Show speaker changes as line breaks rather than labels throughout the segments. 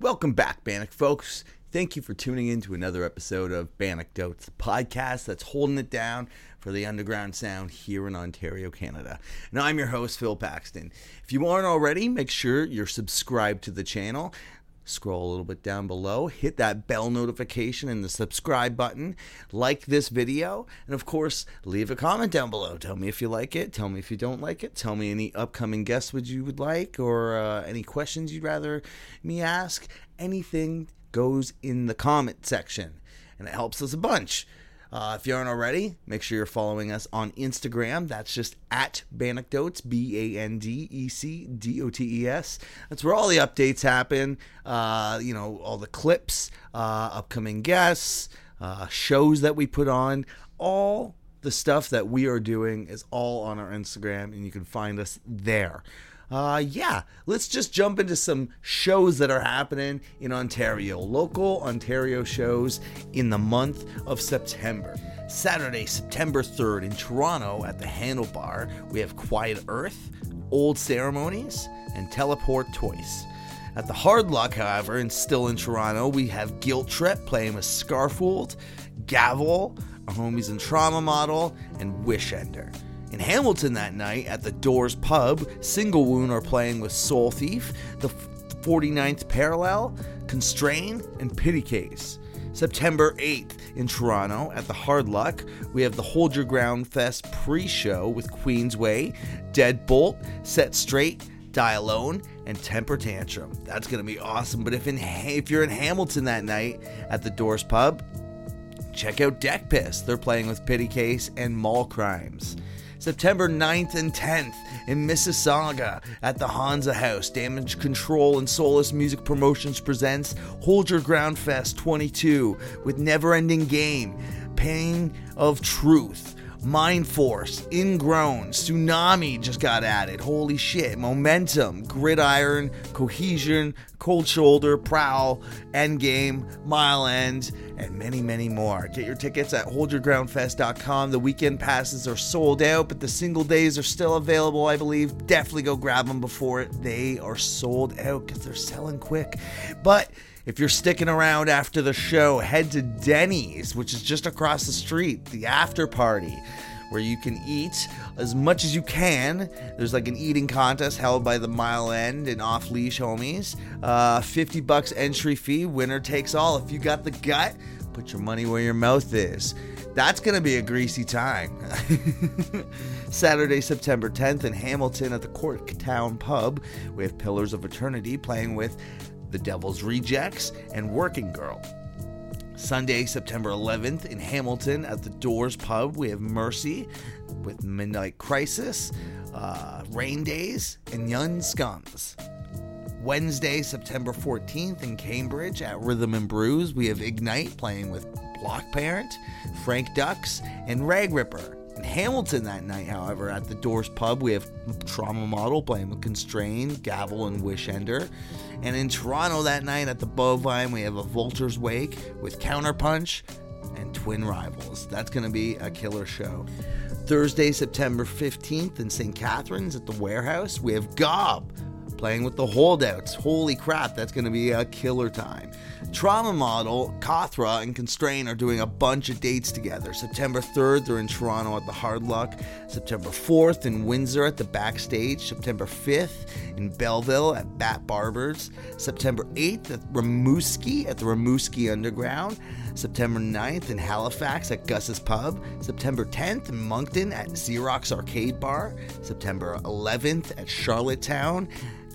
Welcome back, Bannock folks. Thank you for tuning in to another episode of Bannockdotes, the podcast that's holding it down for the underground sound here in Ontario, Canada. And I'm your host, Phil Paxton. If you aren't already, make sure you're subscribed to the channel. Scroll a little bit down below, hit that bell notification and the subscribe button, like this video, and of course, leave a comment down below. Tell me if you like it, tell me if you don't like it, tell me any upcoming guests would you would like, or uh, any questions you'd rather me ask. Anything goes in the comment section, and it helps us a bunch. Uh, if you aren't already, make sure you're following us on Instagram. That's just at Banecdotes, B A N D E C D O T E S. That's where all the updates happen. Uh, you know, all the clips, uh, upcoming guests, uh, shows that we put on. All the stuff that we are doing is all on our Instagram, and you can find us there. Uh, yeah, let's just jump into some shows that are happening in Ontario. Local Ontario shows in the month of September. Saturday, September 3rd in Toronto at the Handlebar, we have Quiet Earth, Old Ceremonies, and Teleport Twice. At the Hard Luck, however, and still in Toronto, we have Guilt Trip playing with Scarfold, Gavel, a homies and trauma model, and Wishender. In Hamilton that night at the Doors Pub, Single Wound are playing with Soul Thief, the F- 49th Parallel, Constrain, and Pity Case. September 8th in Toronto at the Hard Luck, we have the Hold Your Ground Fest pre show with Queensway, Deadbolt, Set Straight, Die Alone, and Temper Tantrum. That's going to be awesome. But if, in, Ha- if you're in Hamilton that night at the Doors Pub, check out Deck Piss. They're playing with Pity Case and Mall Crimes. September 9th and 10th in Mississauga at the Hansa House, Damage Control and Soulless Music Promotions presents Hold Your Ground Fest 22 with Never Ending Game, Pain of Truth, Mind Force, Ingrown, Tsunami just got added. Holy shit. Momentum, Gridiron, Cohesion, Cold Shoulder, Prowl, Endgame, Mile End, and many, many more. Get your tickets at holdyourgroundfest.com. The weekend passes are sold out, but the single days are still available, I believe. Definitely go grab them before they are sold out because they're selling quick. But if you're sticking around after the show, head to Denny's, which is just across the street, the after party, where you can eat as much as you can. There's like an eating contest held by the Mile End and Off Leash homies. Uh, 50 bucks entry fee, winner takes all. If you got the gut, put your money where your mouth is. That's going to be a greasy time. Saturday, September 10th in Hamilton at the Corktown Pub, we have Pillars of Eternity playing with The Devil's Rejects and Working Girl. Sunday, September 11th in Hamilton at the Doors Pub, we have Mercy with Midnight Crisis, uh, Rain Days, and Yun Scums. Wednesday, September 14th in Cambridge at Rhythm and Brews, we have Ignite playing with Block Parent, Frank Ducks, and Rag Ripper. In Hamilton that night, however, at the Doors Pub, we have Trauma Model playing with Constrain, Gavel, and Wishender. And in Toronto that night at the Bovine, we have a Vulture's Wake with Counterpunch, and Twin Rivals. That's going to be a killer show. Thursday, September 15th in St. Catharines at the warehouse, we have Gob playing with the holdouts. Holy crap, that's going to be a killer time. Trauma Model, Kothra, and Constrain are doing a bunch of dates together. September 3rd, they're in Toronto at the Hard Luck. September 4th in Windsor at the Backstage. September 5th in Belleville at Bat Barbers. September 8th at Rimouski at the Rimouski Underground. September 9th in Halifax at Gus's Pub, September 10th in Moncton at Xerox Arcade Bar, September 11th at Charlottetown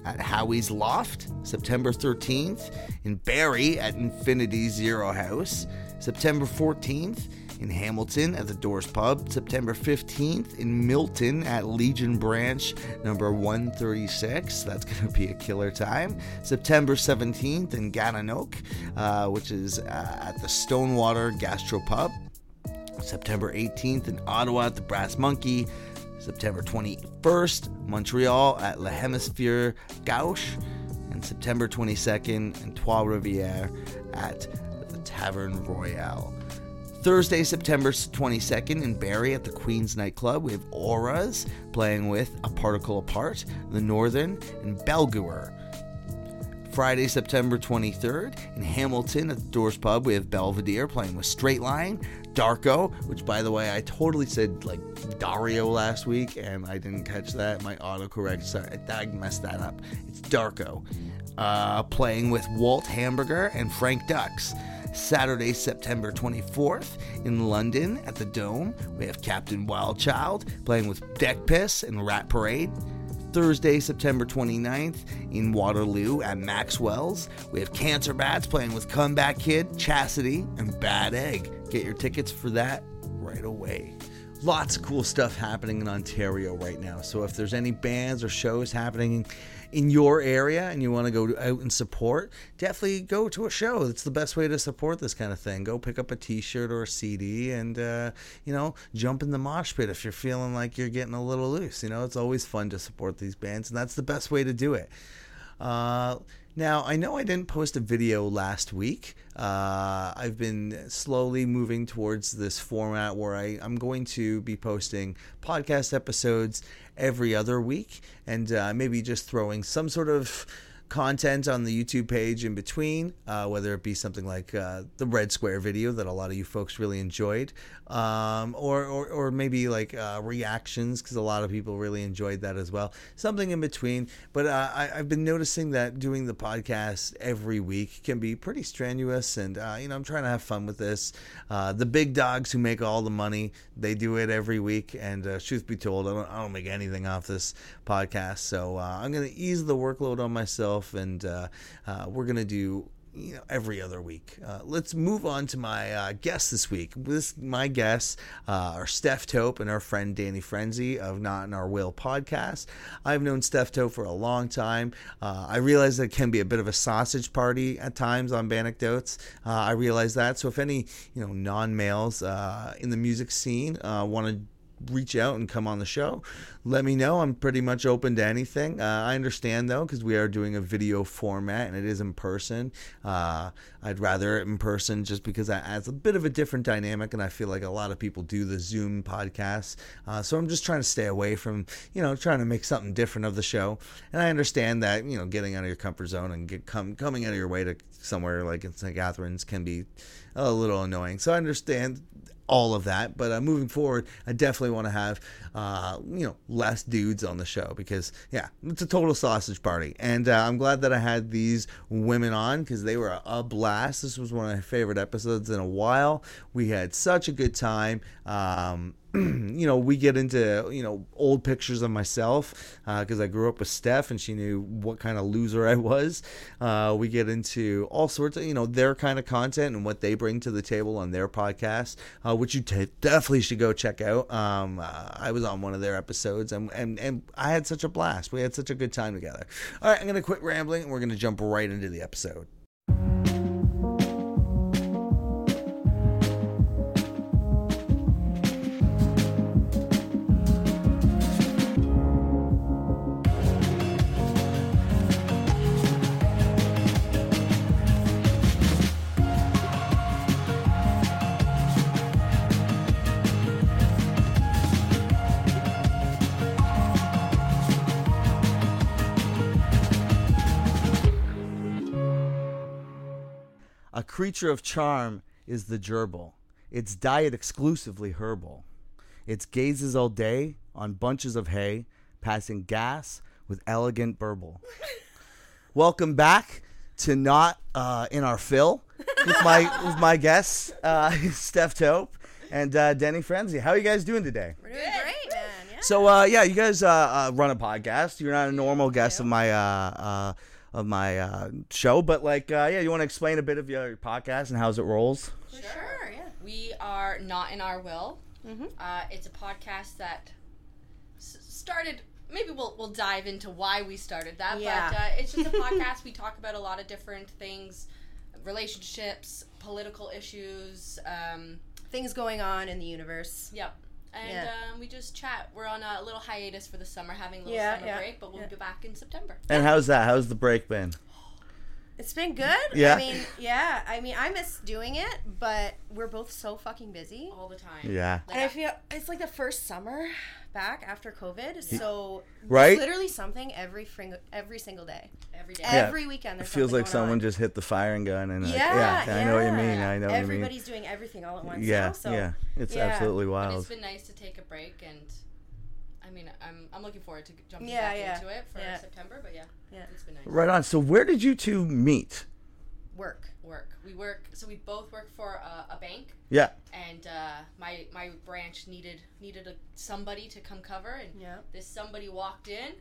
at Howie's Loft, September 13th in Barrie at Infinity Zero House, September 14th in Hamilton at the Doors Pub, September 15th in Milton at Legion Branch number 136. That's going to be a killer time. September 17th in Gananoque, uh, which is uh, at the Stonewater Gastro Pub. September 18th in Ottawa at the Brass Monkey. September 21st, Montreal at La Hemisphere Gauche. And September 22nd in Trois Rivières at the Tavern Royale. Thursday, September 22nd in Barrie at the Queen's Nightclub, we have Auras playing with A Particle Apart, The Northern, and Belguer. Friday, September 23rd, in Hamilton at the Doors Pub, we have Belvedere playing with Straight Line, Darko, which by the way, I totally said like Dario last week and I didn't catch that. My autocorrect, sorry, I messed that up. It's Darko. Uh, playing with Walt Hamburger and Frank Ducks. Saturday, September 24th in London at the Dome, we have Captain Wildchild playing with Deck Piss and Rat Parade. Thursday, September 29th in Waterloo at Maxwell's, we have Cancer Bats playing with Comeback Kid, Chastity, and Bad Egg. Get your tickets for that right away lots of cool stuff happening in Ontario right now. So if there's any bands or shows happening in your area and you want to go to- out and support, definitely go to a show. It's the best way to support this kind of thing. Go pick up a T-shirt or a CD, and uh, you know, jump in the mosh pit if you're feeling like you're getting a little loose. You know, it's always fun to support these bands, and that's the best way to do it. Uh, now, I know I didn't post a video last week. Uh, I've been slowly moving towards this format where I, I'm going to be posting podcast episodes every other week and uh, maybe just throwing some sort of content on the YouTube page in between, uh, whether it be something like uh, the Red Square video that a lot of you folks really enjoyed, um, or, or, or maybe like uh, reactions, because a lot of people really enjoyed that as well. Something in between. But uh, I, I've been noticing that doing the podcast every week can be pretty strenuous, and uh, you know, I'm trying to have fun with this. Uh, the big dogs who make all the money, they do it every week, and uh, truth be told, I don't, I don't make anything off this podcast, so uh, I'm going to ease the workload on myself, and uh, uh, we're going to do you know every other week. Uh, let's move on to my uh, guest this week. This my guests uh, are Steph Tope and our friend Danny Frenzy of Not in Our Will podcast. I've known Steph Tope for a long time. Uh, I realize that it can be a bit of a sausage party at times on anecdotes. Uh, I realize that. So if any you know non males uh, in the music scene uh, want to reach out and come on the show. Let me know. I'm pretty much open to anything. Uh, I understand though, because we are doing a video format and it is in person. Uh, I'd rather it in person just because that adds a bit of a different dynamic, and I feel like a lot of people do the Zoom podcasts. Uh, so I'm just trying to stay away from, you know, trying to make something different of the show. And I understand that, you know, getting out of your comfort zone and get come coming out of your way to somewhere like in St. Catharines can be a little annoying. So I understand all of that. But uh, moving forward, I definitely want to have uh, you know less dudes on the show because yeah, it's a total sausage party, and uh, I'm glad that I had these women on because they were a, a blast. This was one of my favorite episodes in a while. We had such a good time. Um, you know, we get into you know old pictures of myself because I grew up with Steph and she knew what kind of loser I was. Uh, we get into all sorts of you know their kind of content and what they bring to the table on their podcast, uh, which you t- definitely should go check out. Um, uh, I was on one of their episodes and, and and I had such a blast. We had such a good time together. All right, I'm gonna quit rambling and we're gonna jump right into the episode. A creature of charm is the gerbil, its diet exclusively herbal. Its gazes all day on bunches of hay, passing gas with elegant burble. Welcome back to Not uh, in Our Fill with my, with my guests, uh, Steph Tope and uh, Denny Frenzy. How are you guys doing today?
We're doing great, man. Yeah.
So uh, yeah, you guys uh, uh, run a podcast. You're not a normal guest of my uh, uh, of my uh, show, but like uh, yeah, you want to explain a bit of your podcast and how's it rolls?
For sure, yeah.
We are not in our will.
Mm-hmm.
Uh, it's a podcast that s- started. Maybe we'll we'll dive into why we started that.
Yeah.
But uh, it's just a podcast. we talk about a lot of different things, relationships, political issues. Um,
Things going on in the universe.
yep. And
Yeah.
um, we just chat. We're on a little hiatus for the summer, having a little
Yeah,
summer
yeah,
break, but we'll
yeah.
be back in September.
And how's that? How's the break been?
It's been good.
Yeah.
I mean, yeah. I mean, I miss doing it, but we're both so fucking busy.
all the time.
Yeah.
Like,
And I feel it's like the first summer back after COVID. So there's
Right?
literally something every fring- every single day,
every day.
Yeah.
every weekend.
It
There's
feels
something
like
going on.
someone just hit the firing gun and like, yeah,
Yeah,
I know what you
yeah.
mean. I know what you mean.
Everybody's doing everything all at once.
Yeah,
now, so.
yeah. It's
yeah.
absolutely
And
wild.
it's been nice to take a break and. I mean, I'm, I'm looking forward to jumping
Yeah,
back
yeah.
into it for
Yeah.
September, but yeah,
Yeah.
it's been nice.
Right on. So where did you two meet?
Work.
Work. We work, so we both work for a, a bank,
Yeah.
and uh, my my branch needed needed a, somebody to come cover, and
Yeah.
this somebody walked in,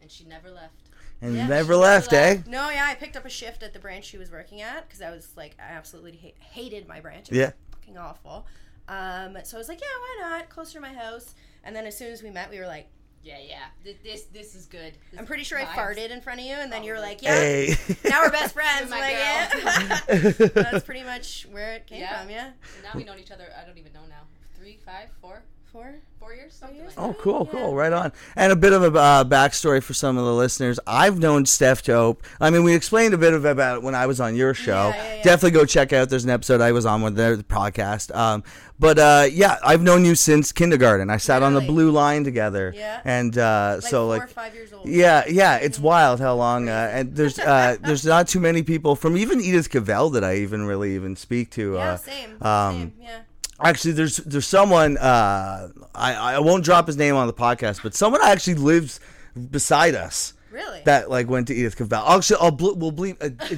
and she never left.
And
Yeah,
never
she
left, eh?
left.
No, yeah, I picked up a shift at the branch she was working at because I was like, I absolutely hate, hated my branch. It was
Yeah.
fucking awful. Um, so I was like, yeah, why not? Closer to my house. And then as soon as we met, we were like,
Yeah, yeah. Th- This this is good. This
I'm pretty sure I
vibes.
farted in front of you, and then you were like, yeah,
Hey.
now we're best friends.
My
I'm like,
girl.
yeah. That's pretty much where it came
Yeah.
from. Yeah,
And now we know each other. I don't even know now. Three, five, four,
four.
four years, something
years?
like that.
Oh, cool,
Yeah.
cool. Right on. And a bit of a uh, backstory for some of the listeners. I've known Steph Tope. I mean, we explained a bit of about it when I was on your show.
Yeah, yeah, yeah.
Definitely go check out. There's an episode I was on with their podcast. Um, but uh, yeah, I've known you since kindergarten. I sat on the
Really?
blue line together.
Yeah.
And uh,
Like
so
four or
like
five years old.
Yeah, yeah, it's wild how long. Uh, and there's uh, there's not too many people from even Edith Cavell that I even really even speak to.
Yeah,
uh,
same.
um,
same. Yeah.
Actually, there's there's someone uh, I I won't drop his name on the podcast, but someone actually lives beside us
Really?
that like went to Edith Cavell. Actually, I'll ble- we'll bleep. Uh, uh,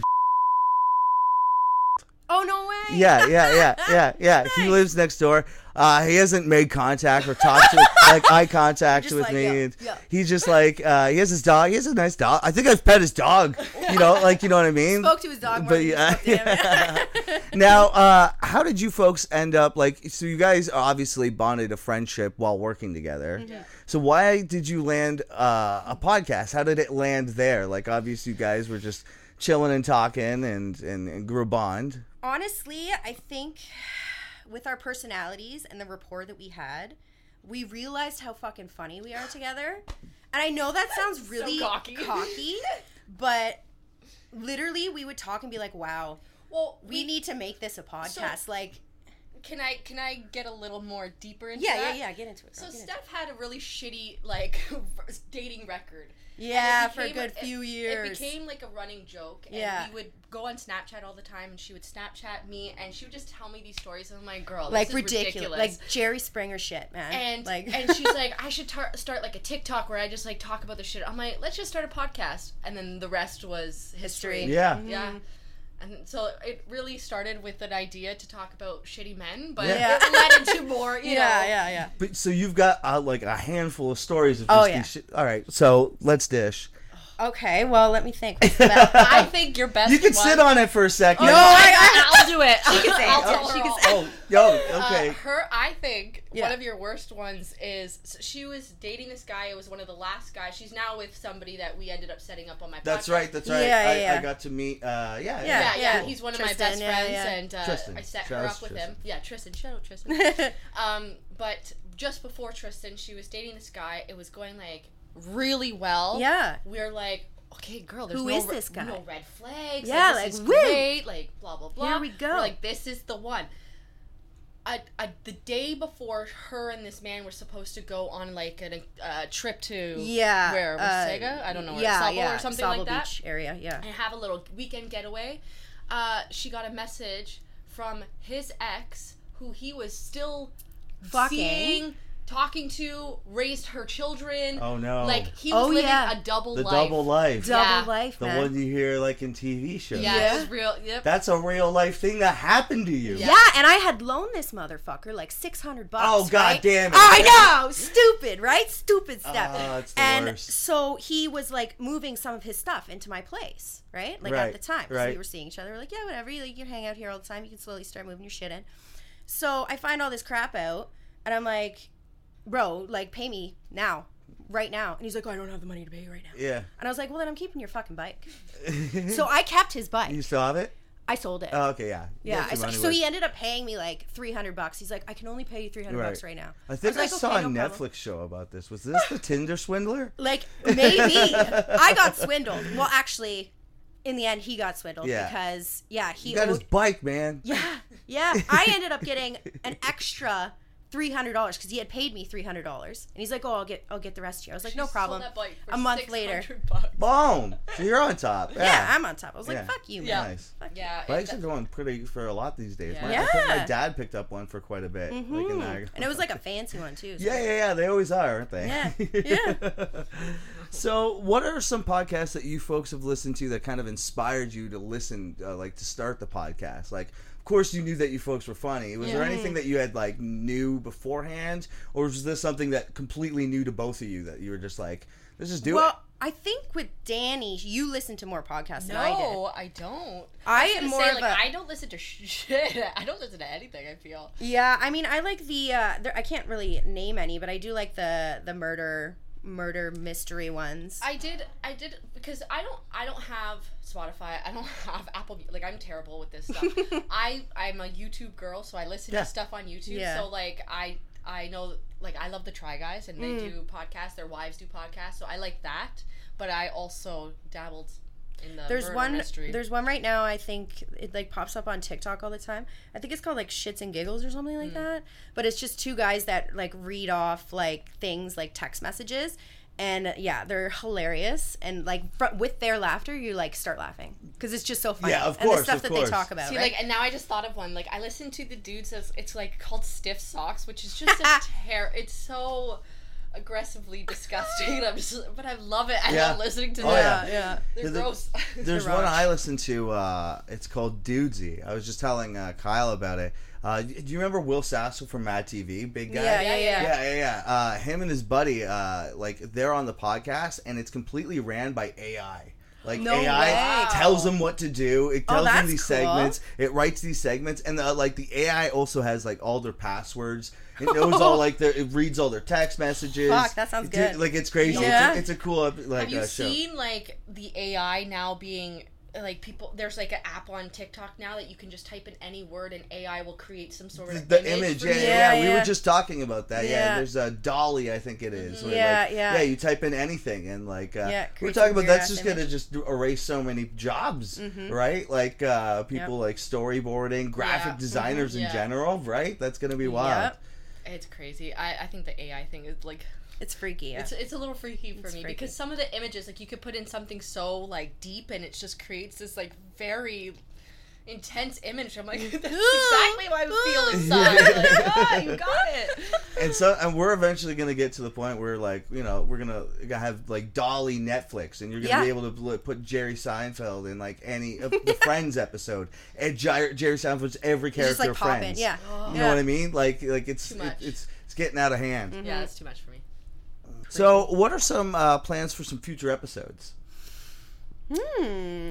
oh no way.
yeah, yeah, yeah, yeah, yeah. He lives next door. Uh, he hasn't made contact or talked to like eye contact
Just
with
like,
me.
yeah,
and
yeah.
He's just like uh, he has his dog. He has a nice dog. I think I've pet his dog. You know, like you know what I mean.
Spoke to his dog. more
But
than he
yeah.
spoke to him.
now, uh, how did you folks end up like? So you guys obviously bonded a friendship while working together.
Mm-hmm.
So why did you land uh, a podcast? How did it land there? Like, obviously, you guys were just chilling and talking, and and, and grew a bond.
honestly, I think with our personalities and the rapport that we had, we realized how fucking funny we are together. And I know that sounds really
cocky.
cocky, but literally we would talk and be like, "Wow,
Well,
we need to make this a podcast." like,
Can I can I get a little more deeper into
yeah, yeah,
that?
yeah, get into it.
So
girl, get into it.
Steph had a really shitty like dating record. And it
yeah, for a
became-
good
it-
few years.
It became like a running joke. And
Yeah.
We would go on Snapchat all the time, and she would Snapchat me, and she would just tell me these stories. And I'm like, girl,
like
this is
ridiculous.
ridiculous.
like Jerry Springer shit, man.
and
like,
and she's like, I should tar- start like a TikTok where I just like talk about the shit. I'm like, let's just start a podcast, and then the rest was history.
History. Mm-hmm.
Yeah.
yeah. And so it really started with an idea to talk about shitty men, but
Yeah.
it led into more. You
yeah,
know.
yeah, yeah.
But so you've got uh, like a handful of stories of just
Oh,
these
yeah.
shit. All right, so let's dish.
Okay, well, let me think. What's the best-
I think your best.
You can sit
one-
on it for a second.
No, I,
I'll do it. She
can say it.
I'll
Oh,
tell
Yeah,
her
she can
all.
say it.
Oh, yo, okay.
Uh, her, I think one
Yeah.
of your worst ones is so she was dating this guy. It was one of the last guys. She's now with somebody that we ended up setting up on my.
that's
podcast.
right. That's right.
Yeah,
I,
yeah,
I
yeah.
got to meet. Uh, yeah,
Yeah,
Yeah,
yeah,
cool.
he's one of my
Tristan,
best
yeah,
friends,
yeah.
and uh,
Tristan.
I set
Shout
her
out
up
to
with
Tristan.
him. Yeah, Tristan. Shout out Tristan.
I,
um, but just before Tristan, she was dating this guy. It was going like really well.
yeah.
we're like, okay, girl, there's
Who
no
is
re-
this guy?
No red flags.
Yeah,
like, this
like,
is
woo.
great. Like blah blah blah.
Here we go.
We're like this is the one. I, I, the day before her and this man were supposed to go on like a, a trip to
Yeah.
where was
uh,
Sega I don't know where,
yeah,
Sabo
yeah,
or something
Sabo
like that
Beach area, yeah.
and have a little weekend getaway. Uh, she got a message from his ex, who he was still
Fucking.
seeing, talking to, raised her children.
Oh, no.
Like he was
Oh,
living
yeah.
a double
The
life.
double life.
Double
Yeah.
life,
The
man.
one you hear like in TV shows.
Yeah,
Yeah.
it was real. Yep.
That's a real life thing that happened to you.
yeah. and I had loaned this motherfucker like six hundred bucks.
Oh, God
right?
damn it.
I know, stupid, right? Stupid stuff.
Oh, it's the
and
worst.
so he was like moving some of his stuff into my place, right? Like
Right,
at the time, 'cause
right.
we were seeing each other. We're like, yeah, whatever. You, like, you hang out here all the time. You can slowly start moving your shit in. So I find all this crap out, and I'm like, bro, like pay me now, right now. And he's like, oh, I don't have the money to pay you right now.
Yeah.
And I was like, well, then I'm keeping your fucking bike. So I kept his bike.
you still have it?
I sold it.
Oh, okay, yeah. You
Yeah,
got
I,
your
so,
money
so
worth.
he ended up paying me like three hundred bucks. He's like, I can only pay you three hundred bucks
Right.
right now.
I think I,
was like,
saw
"Okay,
a
no
Netflix
problem."
show about this. Was this the Tinder swindler?
Like maybe I got swindled. Well, actually, in the end, he got swindled
Yeah.
because yeah, he
He got his
owed-
bike, man.
yeah yeah. I ended up getting an extra. Three hundred dollars because he had paid me three hundred dollars, and he's like, "Oh, I'll get, I'll get the rest to you." I was like,
She
"No
sold
problem."
that bike for
A month later.
$600 bucks.
Boom. So you're on top. Yeah.
Yeah. I'm on top. I was like,
Yeah.
"Fuck you, man."
Yeah.
Nice.
Fuck you.
Yeah. it-
Bikes
that-
are going pretty for a lot these days. My,
Yeah.
I think my
Yeah.
dad picked up one for quite a bit. Like in
Mhm.
Niagara.
And it was like a fancy one too. so-
Yeah, yeah, yeah. They always are, aren't they?
Yeah, yeah.
so, what are some podcasts that you folks have listened to that kind of inspired you to listen, uh, like to start the podcast? Like, of course, you knew that you folks were funny. Was there
Yeah.
anything that you had like knew beforehand, or was this something that completely new to both of you that you were just like, let's just do
well, I think with Danny, you listen to more podcasts than I did.
No, I don't.
I
was
am
gonna
more
say,
of
like,
a-
I don't listen to shit. I don't listen to anything. I feel.
Yeah, I mean, I like the. Uh, there, I can't really name any, but I do like the the murder murder mystery ones.
I did. I did because I don't. I don't have Spotify. I don't have Apple. Mu- Like I'm terrible with this stuff. I I'm a YouTube girl, so I listen
Yeah.
to stuff on YouTube.
Yeah.
So like I I know like I love the Try Guys and they
Mm.
do podcasts. Their wives do podcasts, so I like that. But I also dabbled in the
there's
murder
one.
mystery.
There's one right now. I think it like pops up on TikTok all the time. I think it's called like shits and giggles or something
Mm.
like that. But it's just two guys that like read off like things like text messages. And yeah, they're hilarious, and like fr- with their laughter, you like start laughing because it's just so funny.
Yeah, of
And
course,
the stuff
of
that
course.
they talk about.
See,
right?
like, and now I just thought of one. Like, I listened to the dudes. That's, it's like called stiff socks, which is just a tear. It's so aggressively disgusting. and I'm just, but I love it. I
Yeah.
love listening to
Oh,
them.
yeah, yeah.
They're
Yeah, the-
gross.
There's
The
one
Rock.
I listen to. Uh, it's called Dudesy. I was just telling uh, Kyle about it. Uh, do you remember Will Sasso from Mad TV? Big guy.
Yeah, yeah,
Yeah,
yeah.
Yeah,
yeah.
yeah, yeah. Uh, him and his buddy, uh, like they're on the podcast, and it's completely ran by AI. Like
No
AI
way.
tells them what to do. It
Oh,
tells them
that's
these
cool.
segments. It writes these segments, and the, like the AI also has like all their passwords. It knows all like their. It reads all their text messages.
Fuck, that sounds
Dude,
good.
Like it's crazy.
Yeah.
It's, a, it's a cool uh, like
Have you
uh, show.
seen like the AI now being like people? There's like an app on TikTok now that you can just type in any word and AI will create some sort
the,
of
the image,
image. for
yeah,
you.
yeah,
Yeah,
We were
yeah.
just talking about that. Yeah,
Yeah. Mm-hmm.
there's a dolly, I think it is, where,
Yeah,
like,
yeah.
yeah. You type in anything, and like uh,
Yeah, it
we we're
creates
talking
a
about that's
weird-ass
just gonna just erase so many jobs,
Mhm.
right? Like uh, people like storyboarding, graphic
Yeah.
designers
Mhm.
in
Yeah.
general, right? That's gonna be wild.
mm-hmm, Yep.
It's crazy. I, I think the AI thing is like
It's freaky. Yeah.
It's, it's a little freaky for
It's
me
freaky.
because some of the images, like you could put in something so like deep, and it just creates this like very intense image. I'm like, that's exactly what I feel inside. like, ah, you got it.
And so, and we're eventually gonna get to the point where, like, you know, we're gonna have like Dolly Netflix, and you're gonna
Yeah.
be able to bl- put Jerry Seinfeld in like any of the Friends episode, and Jer- Jerry Seinfeld's every
You
character
just like
of
pop
Friends.
in. Yeah.
You know what I mean? Like like it's
Too
it,
much. Mm-hmm.
it's it's getting out of hand.
Yeah, that's too much for me.
So, what are some uh, plans for some future episodes?
Hmm.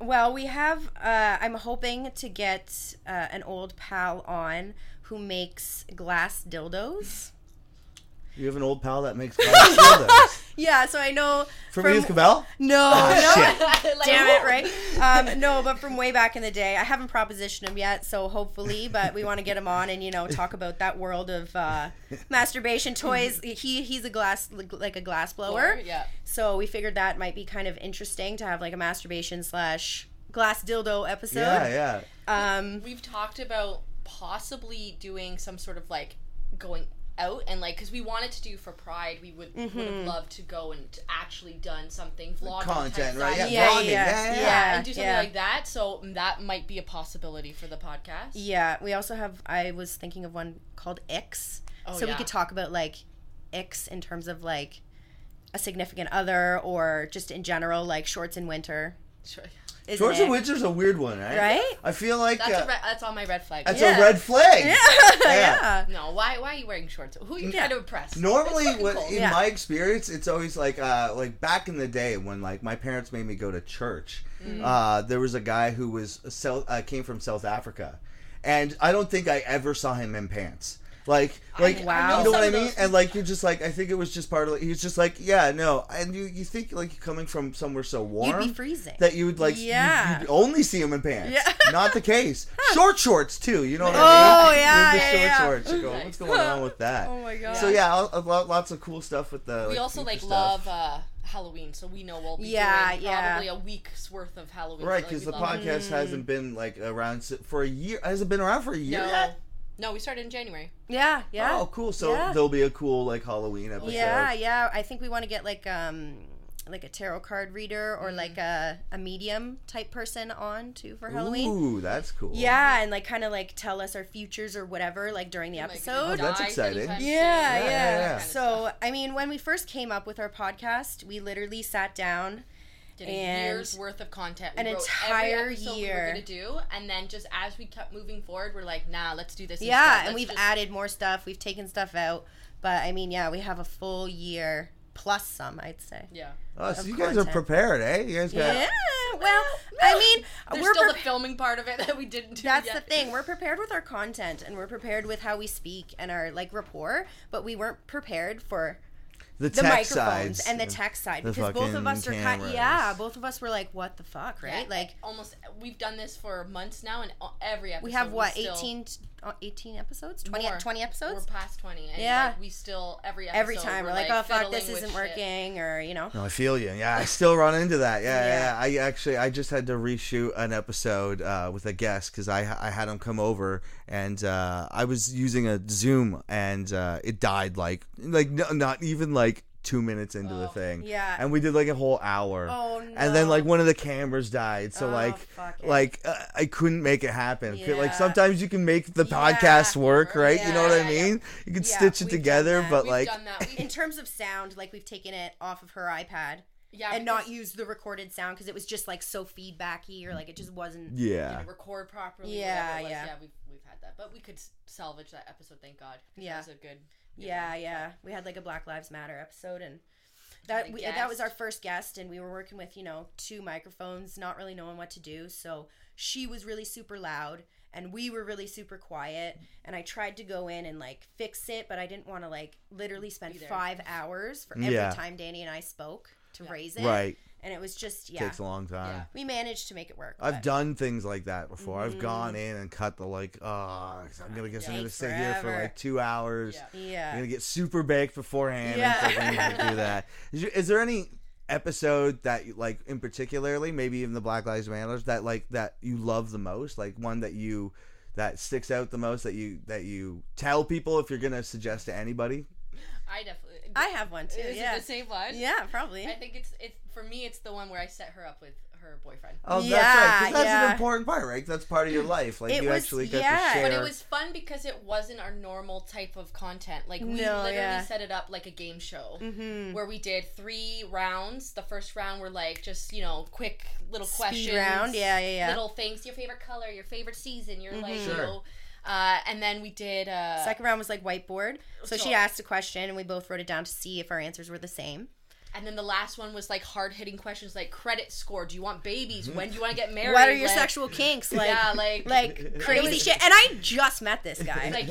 Well, we have. Uh, I'm hoping to get uh, an old pal on who makes glass dildos.
You have an old pal that makes glass dildos.
Yeah, so I know.
From Edith Cavell?
No, no.
Oh, shit.
Like,
Damn it,
whoa.
right? Um, no, but from way back in the day, I haven't propositioned him yet, so hopefully, but we want to get him on and you know talk about that world of uh, masturbation toys. He he's a glass like a glass blower,
Yeah.
so we figured that might be kind of interesting to have like a masturbation slash glass dildo episode.
Yeah, yeah.
Um,
We've talked about possibly doing some sort of like going out and like because we wanted to do for Pride, we would would have loved to go and actually done something vlogging type
Content, right? Yeah,
stuff.
Yeah,
vlogging.
yeah,
Yeah, yeah,
yeah,
yeah.
and do something
yeah.
like that. So that might be a possibility for the podcast.
yeah, we also have. I was thinking of one called X,
Oh,
so
yeah.
we could talk about like X in terms of like a significant other or just in general, like shorts in winter.
Sure.
Isn't
George
it?
and Winter's a weird one, right?
Right?
I feel like
That's
uh,
a re- that's on my red flag.
that's
Yeah.
a red flag.
Yeah,
Yeah.
yeah.
no, why why are you wearing shorts? Who are you
Yeah.
trying to impress?
Normally,
It's fucking
what,
cold.
in
Yeah.
my experience, it's always like uh, like back in the day when like my parents made me go to church.
Mm.
Uh, there was a guy who was South, uh, came from South Africa, and I don't think I ever saw him in pants. Like, like
wow.
you know
Some
what I
of
mean?
those-
And like, you're just like, I think it was just part of. Like, he was just like, yeah, no. And you, you think like you're coming from somewhere so warm
You'd be freezing.
that you would like, you-
Yeah.
you'd only see him in pants.
Yeah.
Not the case. Short shorts too. You know what I
Oh,
mean?
yeah,
With the
yeah,
short
yeah.
shorts. You go, What's going on with that?
oh my god.
So yeah, a- a lot, lots of cool stuff with the.
we
like,
also
future
like
stuff.
love uh, Halloween, so we know we'll be
Yeah,
doing
yeah.
probably a week's worth of Halloween.
Right,
so, like,
because
we
the
love it.
podcast hasn't been like around s- for a year. Has it been around for a year
No,
yet?
no, we started in January.
Yeah, yeah.
Oh, cool. So
Yeah.
there'll be a cool like Halloween episode.
yeah, yeah. I think we want to get like um like a tarot card reader or like a, a medium type person on too for Halloween.
Ooh, that's cool.
Yeah, and like kind of like tell us our futures or whatever like during the
Like,
episode.
oh, that's
dies
exciting.
anytime soon,
Yeah, yeah.
Yeah, yeah, yeah.
So, I mean, when we first came up with our podcast, we literally sat down.
did a
And-
year's worth of content.
an
we wrote
entire
every episode We
year.
were gonna do, and then just as we kept moving forward, we're like, nah, let's do this.
Yeah,
instead.
and
Let's
we've
just-
added more stuff. We've taken stuff out, but I mean, yeah, we have a full year plus some, I'd say.
Yeah,
Oh, so
Of
you guys are
content.
prepared, eh? You guys got.
Yeah. Well, I mean,
there's
we're
still
prepared.
the filming part of it that we didn't do.
That's
yet.
the thing. We're prepared with our content and we're prepared with how we speak and our like rapport, but we weren't prepared for
The,
the
tech
microphones
sides
and the tech side
the
because both
fucking
of us are kind
cameras.
yeah, both of us were like what the fuck,
Yeah,
right? Like
almost we've done this for months now, and o- every episode
we have what
still-
18 t- uh, 18 episodes, 20
More.
20 episodes.
We're past twenty, and
Yeah.
like, we still every episode,
Every time we're like, "Oh fuck, this
fiddling with
isn't
shit."
working," or you know.
No, I feel you. Yeah, I still run into that. Yeah, yeah.
Yeah.
yeah. I actually, I just had to reshoot an episode uh, with a guest because I, I had him come over and uh, I was using a Zoom and uh, it died like, like no, not even like two minutes into the
Oh.
thing.
Yeah.
And we did like a whole hour.
Oh,
And then
no.
like one of the cameras died, so
Oh,
like,
fuck it.
like uh, I couldn't make it happen. Could- Like
Yeah.
sometimes you can make the
Yeah.
podcast work, right? you know what I
Yeah, yeah.
mean? You can
Yeah,
stitch it
we've done
together,
that.
but
We've
like.
done that.
In
We've,
terms of sound, like we've taken it off of her iPad
yeah,
and not
because
used the recorded sound because it was just like so feedbacky or like it just wasn't
Yeah.
record properly.
Yeah,
Yeah, yeah,
yeah.
yeah. We've we've had that, but we could s- salvage that episode. Thank God. 'cause
Yeah.
that was a good. good
Yeah,
one.
yeah. We had like a Black Lives Matter episode and that
a
we, that was
guest.
our first guest and we were working with, you know, two microphones, not really knowing what to do. So she was really super loud and we were really super quiet and I tried to go in and like fix it, but I didn't want to like literally spend
Be there.
5 hours for every
Yeah.
time Danny and I spoke to
Yeah.
raise it.
Right.
And it was just yeah.
Takes a long time.
Yeah.
We managed to make it work.
I've
but-
done things like that before. I've
Mhm.
gone in and cut the like, oh, I'm gonna guess I'm gonna
Takes
sit here for
forever.
like two hours.
Yeah.
I'm
Yeah.
gonna get super baked beforehand.
Yeah.
And fucking gonna do that. Is, you- is there any episode that you like in particularly, maybe even the Black Lives Matters that like that you love the most, like one that you that sticks out the most that you that you tell people if you're gonna suggest to anybody?
I definitely.
I have one too.
Is
yeah.
it the same one?
Yeah, probably.
I think it's it's for me. It's the one where I set her up with her boyfriend.
Oh, that's right.
Yeah,
'cause that's an
yeah.
important part, right? 'Cause That's part of your life. Like
It
you
was-
actually get
yeah.
to share.
But
But it was fun because it wasn't our normal type of content. Like we
No,
literally
yeah.
set it up like a game show
Mhm.
where we did three rounds. The first round were like just you know quick little questions,
round, yeah, yeah, Mm-hmm. yeah.
little things. Your favorite color, your favorite season, your like you
Sure.
know. Uh, and then we did uh,
Second round was like whiteboard. So she
Sure.
asked a question and we both wrote it down to see if our answers were the same.
and then the last one was like hard hitting questions like credit score. Do you want babies? When do you want to get married?
What are your
Like-
sexual kinks? Like
yeah, like
like crazy shit. And I just met this guy. Like,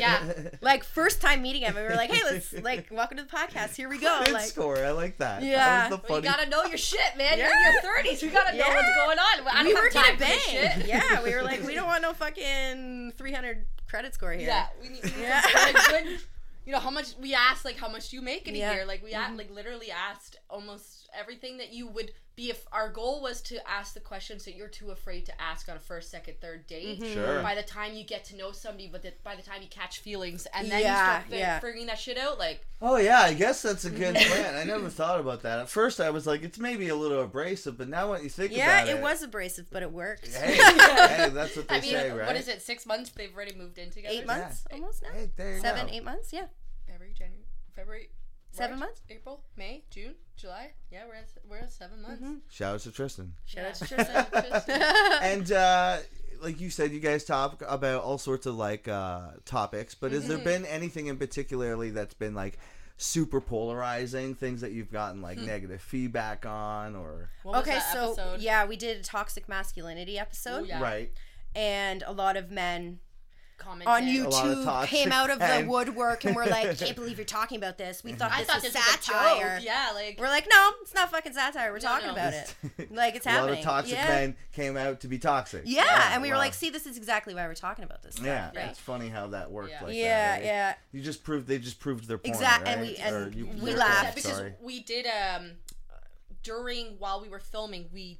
like yeah.
first time meeting him and we were like, Hey, let's like welcome to the podcast. Here we go.
Good
Like
score. I like that. That
Yeah.
was the
Well, you
funny.
gotta know your shit, man.
Yeah.
You're in your thirties. We gotta know
Yeah.
what's going on. I don't
we
have
were
time
gonna
for this shit.
bang. Yeah, we were like, we don't want no fucking three hundred credit score here.
Yeah, we need, we need
Yeah.
some kind of good. You know how much we asked, like how much do you make in a
Yeah. Mm-hmm.
year? Like we a- like literally asked almost everything that you would be. If our goal was to ask the questions that you're too afraid to ask on a first, second, third date.
Mm-hmm.
Sure.
By the time you get to know somebody, but the, by the time you catch feelings, and then
Yeah,
you start fi-
yeah.
figuring that shit out, like
Oh yeah, I guess that's a good plan. I never thought about that. At first, I was like, it's maybe a little abrasive, but now when you think
Yeah,
about it,
it was abrasive, but it worked.
Hey, hey, that's what they
I mean,
say, right?
what is it? Six months? They've already moved in together.
Eight months almost now?
Hey, there you
Seven,
go.
eight months, yeah.
February, January, February.
Seven
March,
months?
April, May, June, July. Yeah, we're at, we're at seven
Mm-hmm.
months.
Shout out to Tristan.
Shout out to
Yeah.
Tristan.
and uh, like you said, you guys talk about all sorts of like uh, topics, but has there been anything in particularly that's been like super polarizing? Things that you've gotten like negative feedback on, or
What was
okay,
that
so
episode?
yeah, we did a toxic masculinity episode.
Ooh, yeah.
right?
and a lot of men
commented.
on
A lot of
YouTube
toxic
came out of the
and-
woodwork and we're like, can't believe you're talking about this. We thought
I
this
thought
was
this
satire.
was a joke. Yeah, like
We're like, no, it's not fucking satire. We're
No,
talking
no.
about it. Like it's
a lot
happening.
of toxic
yeah.
men came out to be toxic.
Yeah, and we were
wow.
like, see, this is exactly why we're talking about this. stuff,
Yeah,
right?
it's funny how that worked.
Yeah.
Like that,
yeah,
right?
yeah.
You just proved they just proved their point.
Exact- and
right?
we- and
Or you-
we
their
laughed.
point,
because
sorry.
we did um during while we were filming, we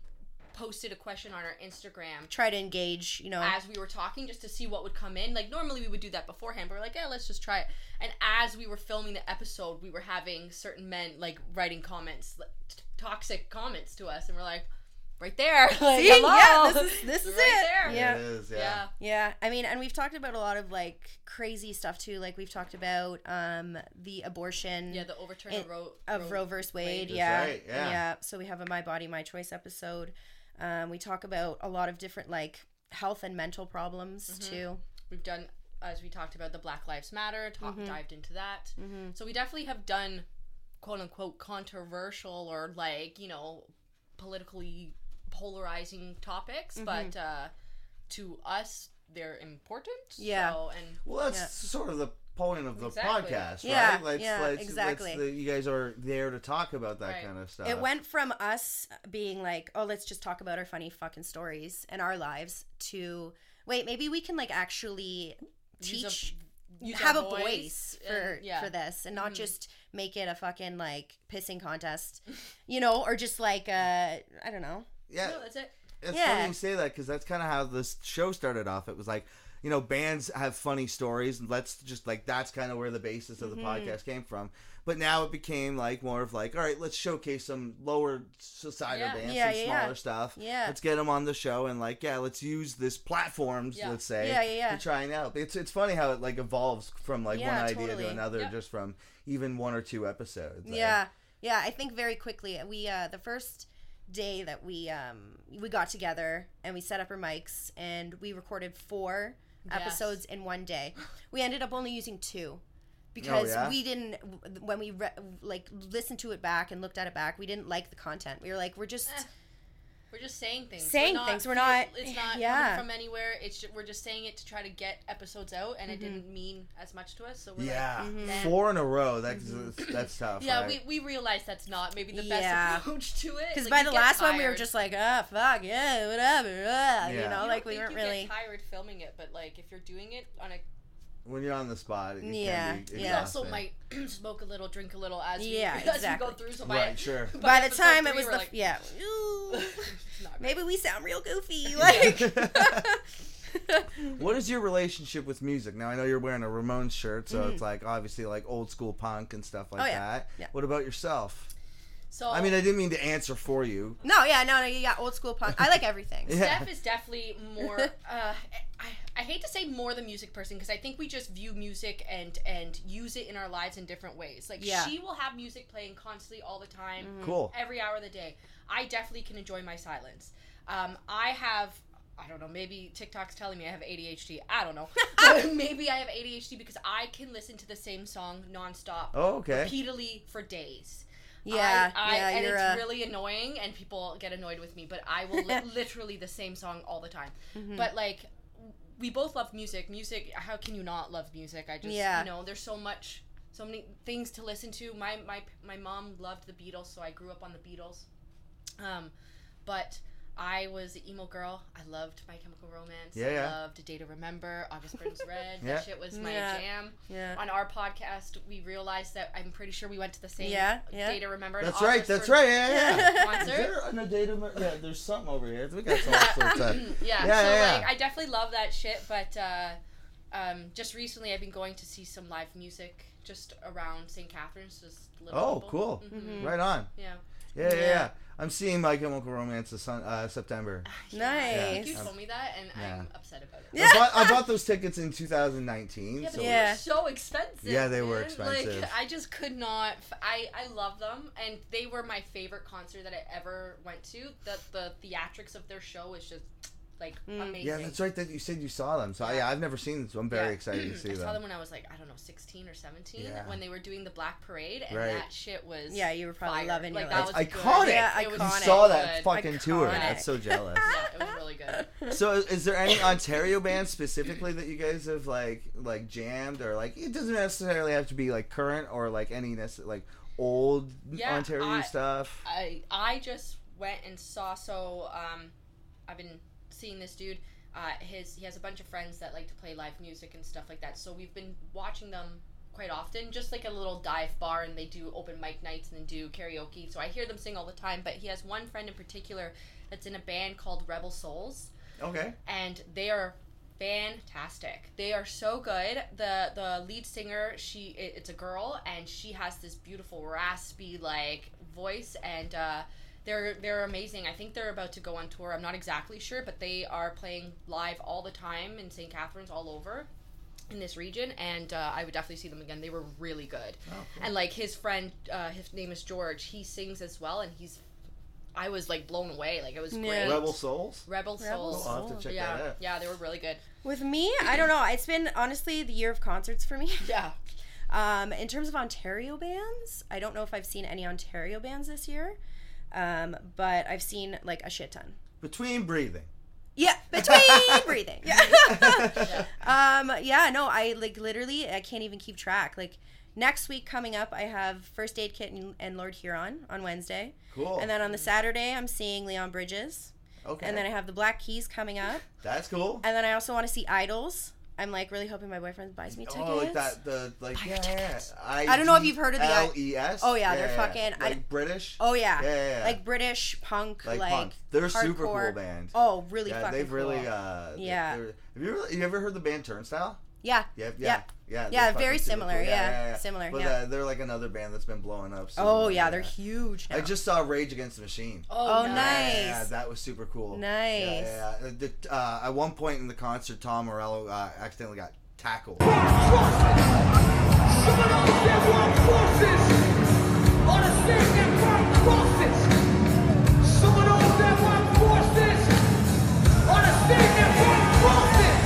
posted a question on our Instagram
Try to engage, you know.
as we were talking just to see what would come in. Like normally we would do that beforehand, but we're like, yeah, let's just try it. And as we were filming the episode, we were having certain men like writing comments, like, t- toxic comments to us, and we're like, right there, like,
See? Yeah,
hello.
this is this is
Right
it.
there.
Yeah.
It is, yeah.
yeah.
Yeah, I mean, and we've talked about a lot of like crazy stuff too. Like we've talked about um the abortion
Yeah, the overturn
It-
of Roe
of Roe versus Wade.
Wade.
That's
Yeah.
right, yeah.
So we have a My Body, My Choice episode. Um, we talk about a lot of different like health and mental problems
Mm-hmm.
too.
We've done, as we talked about, the Black Lives Matter. Talk,
Mm-hmm.
Dived into that. So we definitely have done, quote unquote, controversial or like you know, politically polarizing topics.
Mm-hmm.
But uh, to us, they're important.
Yeah.
So, and
Well, that's
Yeah.
sort of the point of the
Exactly.
podcast,
Yeah,
right? Let's,
yeah,
let's,
exactly.
Let's, the, you guys are there to talk about that
Right.
kind of stuff.
It went from us being like, oh, let's just talk about our funny fucking stories and our lives to wait, maybe we can like actually
Use a-
teach
use
have a
our
voice, for
and- yeah. Mm-hmm.
for this and not just make it a fucking like pissing contest, you know, or just like uh I don't know.
Yeah,
No, that's it.
it's
yeah.
funny you say that because that's kind of how this show started off. It was like, you know, bands have funny stories, and let's just like that's kind of where the basis of the
Mm-hmm.
podcast came from. But now it became like more of like, all right, let's showcase some lower society
Yeah.
bands,
Yeah,
some
yeah, yeah.
smaller stuff.
Yeah.
let's get them on the show, and like, yeah, let's use this platforms.
Yeah.
Let's say,
Yeah, yeah, yeah.
to try and help. It's it's funny how it like evolves from like
Yeah,
one idea
totally.
to another,
Yep.
just from even one or two episodes. like-
Yeah. Yeah, I think very quickly we uh the first day that we um we got together and we set up our mics and we recorded four
Yes.
episodes in one day. We ended up only using two because
Oh,
yeah?
we didn't when we re- like listened to it back and looked at it back, we didn't like the content. We were like we're just
Eh. We're just saying things.
Saying
not-
things. We're not-
It's not
yeah.
coming from anywhere. It's ju- we're just saying it to try to get episodes out, and it
Mm-hmm.
didn't mean as much to us. So we're
Yeah,
like, eh.
four in a row. That's
Mm-hmm.
that's tough.
Yeah,
right?
we, we realize that's not maybe the
Yeah.
best approach to it.
because
Like,
by
you
the
get
last one we were
tired.
just like ah fuck yeah whatever ah," you
Yeah.
know
You
like we
don't think
weren't
you get
really
tired filming it, but like if you're doing it on a,
when you're on the spot, it
Yeah,
can be
yeah.
we also
exhausting.
might smoke a little, drink a little as we,
Yeah,
as
exactly.
we go through. So by,
Right, sure.
by, the
episode
time it
three,
was
we're
the
like,
yeah ooh,
not great.
maybe we sound real goofy like
what is your relationship with music? Now I know you're wearing a Ramones shirt, so it's like obviously like old school punk and stuff like
Mm-hmm. Oh, yeah.
that.
Yeah.
What about yourself?
So
I mean, I didn't mean to answer for you.
No, yeah, no, no, yeah, old school punk. I like everything.
Yeah.
Steph is definitely more. Uh, I, I hate to say more the music person because I think we just view music and and use it in our lives in different ways. Like
Yeah. Mm-hmm.
she will have music playing constantly all the time,
Cool.
every hour of the day. I definitely can enjoy my silence. Um, I have. I don't know. Maybe TikTok's telling me I have ADHD. I don't know. But maybe I have ADHD because I can listen to the same song nonstop,
Oh, okay.
repeatedly for days.
Yeah,
I, I,
yeah,
and
you're
it's
a-
really annoying, and people get annoyed with me. But I will li- literally the same song all the time.
Mm-hmm.
But like, w- we both love music. Music. How can you not love music? I just,
Yeah.
you know, there's so much, so many things to listen to. My my my mom loved the Beatles, so I grew up on the Beatles. Um, but. I was an emo girl. I loved My Chemical Romance.
Yeah, yeah.
I loved A Day to Remember. August Burns Red.
Yeah.
That shit was my
Yeah.
jam
Yeah.
on our podcast, we realized that I'm pretty sure we went to the same
Yeah, yeah.
data. Remember?
That's
An
right.
Oliver
That's
Stone
right. Yeah, yeah, yeah. Is
Concert.
there an addendum? Yeah, there's something over here. We got some all sorts of. Yeah,
yeah. So
yeah,
like,
yeah.
I definitely love that shit. But uh, um, just recently, I've been going to see some live music just around St. Catharines. Just little
Oh,
people.
cool.
Mhm.
Mm-hmm.
Right on.
Yeah.
Yeah, yeah,
Yeah.
yeah. I'm seeing My Chemical Romance this sun, uh, September.
Yeah,
Nice.
You
Yeah.
told me that, and I'm
Yeah.
upset about it.
Yeah.
I, bought, I bought those tickets in 2019.
Yeah,
so
but
Yeah.
they were so expensive.
Yeah, they were
man.
expensive.
Like I just could not. f- I I love them, and they were my favorite concert that I ever went to. The the theatrics of their show was just like
Mm.
amazing.
Yeah, that's right. That you said you saw them. So yeah, I've never seen them. So I'm very
Yeah.
excited to see
I
them.
saw them when I was like I don't know, sixteen or seventeen,
Yeah.
when they were doing the Black Parade, and
Right.
that shit was
Yeah, you were probably
fire.
loving
like
your
that
life.
was
That's
good.
iconic.
Yeah,
It was
you
iconic.
saw that
good.
fucking tour.
Iconic.
That's so jealous.
Yeah, it was really good.
so, is- is there any Ontario bands specifically that you guys have like like jammed or like? It doesn't necessarily have to be like current or like any necess- like old
Yeah,
Ontario
I-
stuff.
I I just went and saw. So um, I've been seeing this dude. Uh, his he has a bunch of friends that like to play live music and stuff like that. So we've been watching them quite often, just like a little dive bar, and they do open mic nights and then do karaoke. So I hear them sing all the time. But he has one friend in particular that's in a band called Rebel Souls
okay.
and they are fantastic. They are so good. The the lead singer, she i- it's a girl and she has this beautiful raspy like voice and uh they're they're amazing. I think they're about to go on tour. I'm not exactly sure, but they are playing live all the time in St. Catharines all over in this region and uh, I would definitely see them again. They were really good.
Mm-hmm.
And like his friend uh his name is George. He sings as well and he's I was like blown away. Like it was
Yeah.
great.
Rebel Souls.
Rebel
Rebel
Souls.
Oh, I'll have to check
yeah,
that out.
yeah, they were really good.
With me, I don't know. It's been honestly the year of concerts for me.
Yeah,
Um, in terms of Ontario bands, I don't know if I've seen any Ontario bands this year, um, but I've seen like a shit ton.
Between breathing.
Yeah, between breathing. Yeah. um, yeah, no, I like literally, I can't even keep track. Like next week coming up, I have First Aid Kit and, and Lord Huron on Wednesday,
cool.
and then on the Saturday, I'm seeing Leon Bridges,
Oh. okay.
and then I have the Black Keys coming up,
that's cool.
and then I also want to see Idols. I'm like really hoping my boyfriend buys me tickets.
Oh, like that, the like, yeah, yeah.
I don't know if you've heard of the-
L-E-S?
Oh, yeah, they're fucking- I-
like British.
Oh yeah.
Yeah, yeah, yeah.
like British punk, like,
like, punk. They're a super cool
hardcore.
band.
Oh, really?
yeah,
fucking
they've really.
cool.
Uh, they-
Yeah.
they're- Have you ever, you ever heard the band Turnstile?
yeah,
Yeah, yeah,
Yep.
yeah.
Yeah,
they're fucking
very
super
similar, yeah, similar,
But
yeah.
uh, they're like another band that's been blowing up. so,
Oh
uh,
yeah, they're huge now.
I just saw Rage Against the Machine.
Oh, nice.
Yeah, that was super cool.
Nice.
Yeah, yeah, yeah. Uh, the- uh, at one point in the concert, Tom Morello uh, accidentally got tackled.
Someone else that wants crosses on the stage that want crosses. Someone else that want crosses on the stage that want crosses.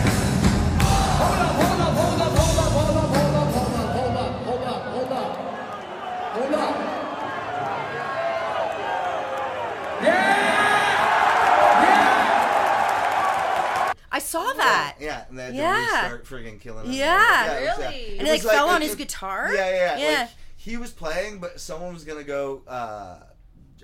Hold up, hold up, hold up, hold up, hold up, hold up, hold up, hold up, hold up, hold up, hold up. Yeah! Yeah!
I saw that.
Yeah, and then
Yeah.
yeah. start freaking killing him.
Yeah.
it was,
Really?
It
And he,
was
like, fell on
it-
his
it-
guitar?
Yeah, yeah, yeah.
Yeah.
Like, he was playing, but someone was gonna go, uh,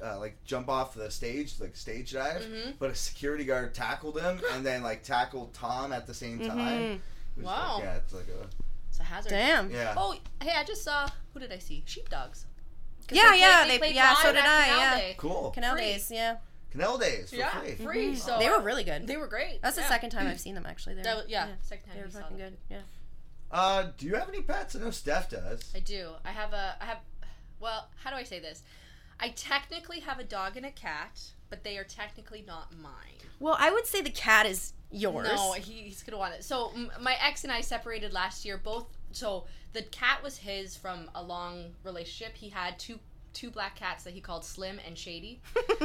uh, like jump off the stage, like stage dive.
Mm-hmm.
But a security guard tackled him, and then like tackled Tom at the same
Mm-hmm.
time. It was
Wow.
Like, yeah, it's like a
It's a hazard.
Damn.
yeah.
Oh, hey, I just saw. Who did I see? Sheepdogs. 'Cause
Yeah,
played-
yeah, they-
played
yeah, so
live
did I,
at Canal
yeah.
Day.
cool.
Canal
Free.
Days, yeah.
Canal days for
Yeah,
free.
free. So
Mm-hmm. they were really good.
Oh, They were great.
That's the
yeah.
second time I've seen them actually. They're,
That was- yeah, second time
they were
we saw
fucking
them.
good. Yeah. Mm-hmm.
Uh, do you have any pets? I know Steph does.
I do. I have a. I have. Well, how do I say this? I technically have a dog and a cat, but they are technically not mine.
Well, I would say the cat is yours.
No, he, he's gonna want it. So m- my ex and I separated last year. Both. So the cat was his from a long relationship. He had two two black cats that he called Slim and Shady.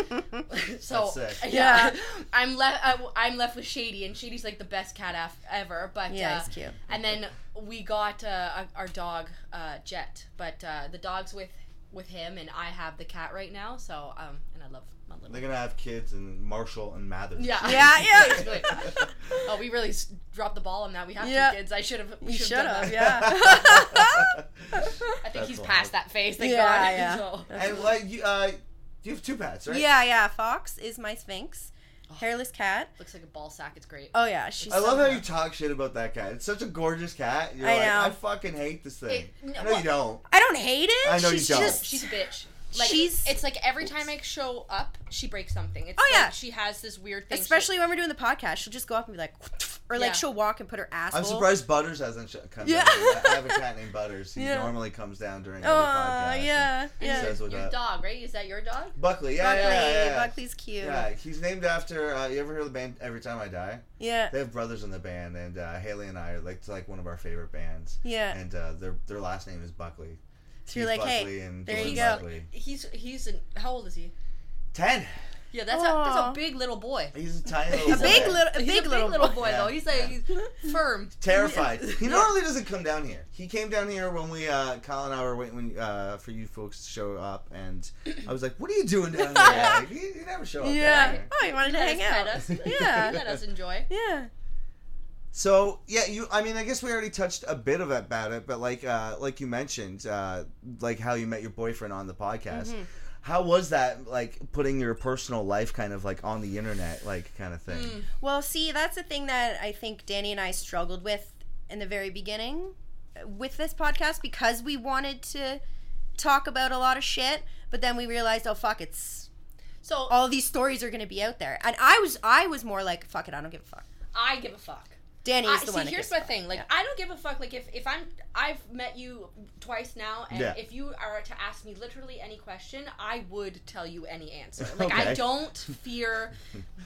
so
That's sick.
yeah,
Yeah.
I'm left. I'm left with Shady, and Shady's like the best cat af- ever. But
yeah,
uh,
he's cute.
and then we got uh, our dog uh, Jet, but uh, the dog's with with him, and I have the cat right now. So um, and I love my little.
They're gonna have kids and Marshall and Mathers.
yeah.
Yeah, yeah.
Basically. oh, we really s- dropped the ball on that. We have
Yeah.
two kids. I should have. We
You
should
should
have.
have,
done
yeah.
that. I think
That's
he's
wild.
past that phase. Thank
Yeah,
God.
yeah.
So-
And like you, uh, you have two pets, right?
Yeah, yeah. Fox is my sphinx.
Oh.
Hairless cat.
looks like a ball sack. It's great.
Oh yeah, she's.
I
so
love how
hot.
you talk shit about that cat. It's such a gorgeous cat. You're
I
like,
know.
I fucking hate this thing.
It-
I
no,
know you
what-
don't.
I don't hate it.
I know you
she's
don't.
Just,
She's a bitch. Like
She's-
it's like every time I show up, she breaks something. It's
Oh,
like
yeah.
she has this weird thing. She-
especially when we're doing the podcast, she'll just go up and be like, or like
Yeah.
she'll walk and put her asshole.
I'm surprised Butters hasn't sh- come
Yeah.
down. I I have a cat named Butters. He
Yeah.
normally comes down during every
Oh
podcast. and
yeah,
he
yeah.
says what
your
up.
dog, right? Is that your dog?
Buckley, yeah,
Buckley,
yeah, yeah, yeah.
Buckley's cute.
Yeah, he's named after. Uh, you ever hear the band Every Time I Die?
Yeah.
They have brothers in the band, and uh, Haley and I are like, it's like one of our favorite bands.
Yeah.
And uh, their their last name is Buckley.
So you're
Keith
like,
Buckley
hey,
and
there
Jordan
you go.
Buckley.
He's he's an, how old is he?
Ten.
Yeah, that's a that's
Aw.
a big little boy.
He's a tiny little boy.
Big little, a
He's
big
a
little,
big little boy,
Yeah.
though. He's like he's firm.
Terrified. He normally doesn't come down here. He came down here when we, uh, Kyle and I were waiting when, uh, for you folks to show up, and I was like, "What are you down there?" Like, you, you never show up. down
Yeah.
here."
Oh, you wanted to
Let us
hang
pet
out.
us.
Yeah.
Let us enjoy.
Yeah.
So yeah, you. I mean, I guess we already touched a bit of about it, but like, uh, like you mentioned, uh, like how you met your boyfriend on the podcast.
Mm-hmm.
How was that? Like putting your personal life kind of like on the internet, like kind of thing.
Well, see, that's the thing that I think Danny and I struggled with in the very beginning uh, with this podcast because we wanted to talk about a lot of shit, but then we realized, oh fuck, it's
So
all these stories are going to be out there. And I was I was more like, fuck it, I don't give a fuck.
I give a fuck.
Danny
I,
is the
see,
one. that
here's
gives
my
a fuck.
thing. Like,
Yeah.
I don't give a fuck. Like, if, if I'm, I've met you twice now, and
Yeah.
if you are to ask me literally any question, I would tell you any answer. Like,
Okay.
I don't fear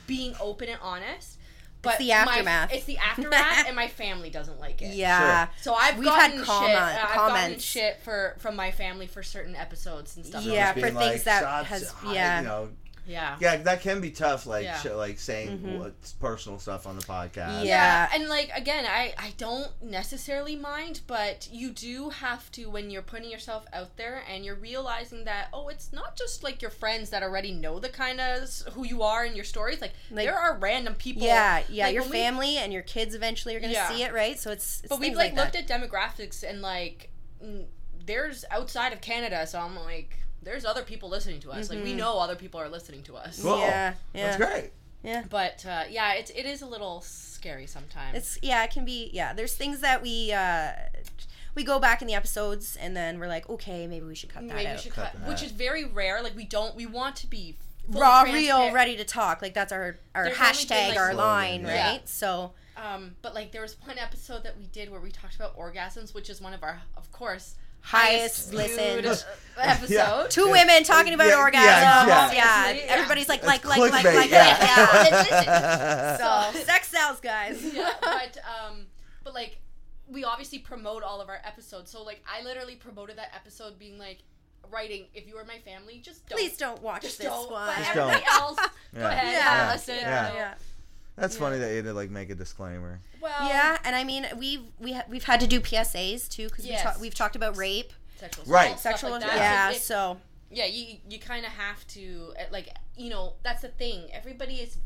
being open and honest. But
the
my-
aftermath.
it's the aftermath, and my family doesn't like it.
yeah.
So I've
We've had
gotten
comment-
shit. I've gotten
comments.
shit for from my family for certain episodes and stuff.
Yeah,
Just being
for things that has-
"Shots, I-"
yeah.
you know,
yeah.
yeah, that can be tough. Like,
Yeah.
sh- like saying what's personal stuff on the podcast.
Mm-hmm. Yeah.
and like again I, I don't necessarily mind but you do have to when you're putting yourself out there and you're realizing that oh it's not just like your friends that already know the kind of s- who you are and your stories like,
Like-
there are random people
Yeah, yeah,
like,
your
when we-
family and your kids eventually are going to
Yeah.
see it, right? So it's, it's
but we've
things
like,
that.
looked at demographics and like mm, there's outside of Canada so I'm like there's other people listening to us
Mm-hmm.
like we know other people are listening to us
Cool.
Yeah,
That's
yeah.
great.
but uh, yeah it's it is a little scary sometimes
it's yeah it can be yeah there's things that we uh we go back in the episodes and then we're like okay maybe we should cut that
maybe we
out
should
Cut
cut,
that
which
out.
is very rare. Like we don't, we want to be fully
raw real
transparent.
ready to talk like that's our our
There's only been,
hashtag
like,
our
Slogan,
line
yeah.
right so
Um, but like there was one episode that we did where we talked about orgasms, which is one of our, of course,
Highest
highest
listened.
listened episode.
Yeah.
two women talking about
Yeah,
orgasms
yeah,
yeah,
yeah.
Obviously, yeah.
everybody's like like
That's
like like
clickbait,
like
yeah.
yeah,
yeah.
so sex sells guys
yeah, but um, but like we obviously promote all of our episodes. So like I literally promoted that episode, being like writing, if you are my family, just don't.
please don't watch
Just
this
don't.
one
But
Just don't.
everybody else, go
Yeah.
ahead.
Yeah.
Yeah. Listen.
Yeah.
yeah
That's funny that you had to like make a disclaimer.
Well,
yeah and i mean we've we ha- we've had to do psas too because
Yes.
we talk- we've talked about rape
Sexual
Right.
assault, stuff
sexual
like that.
yeah
It's-
so
yeah you you kind of have to uh, like you know that's the thing everybody is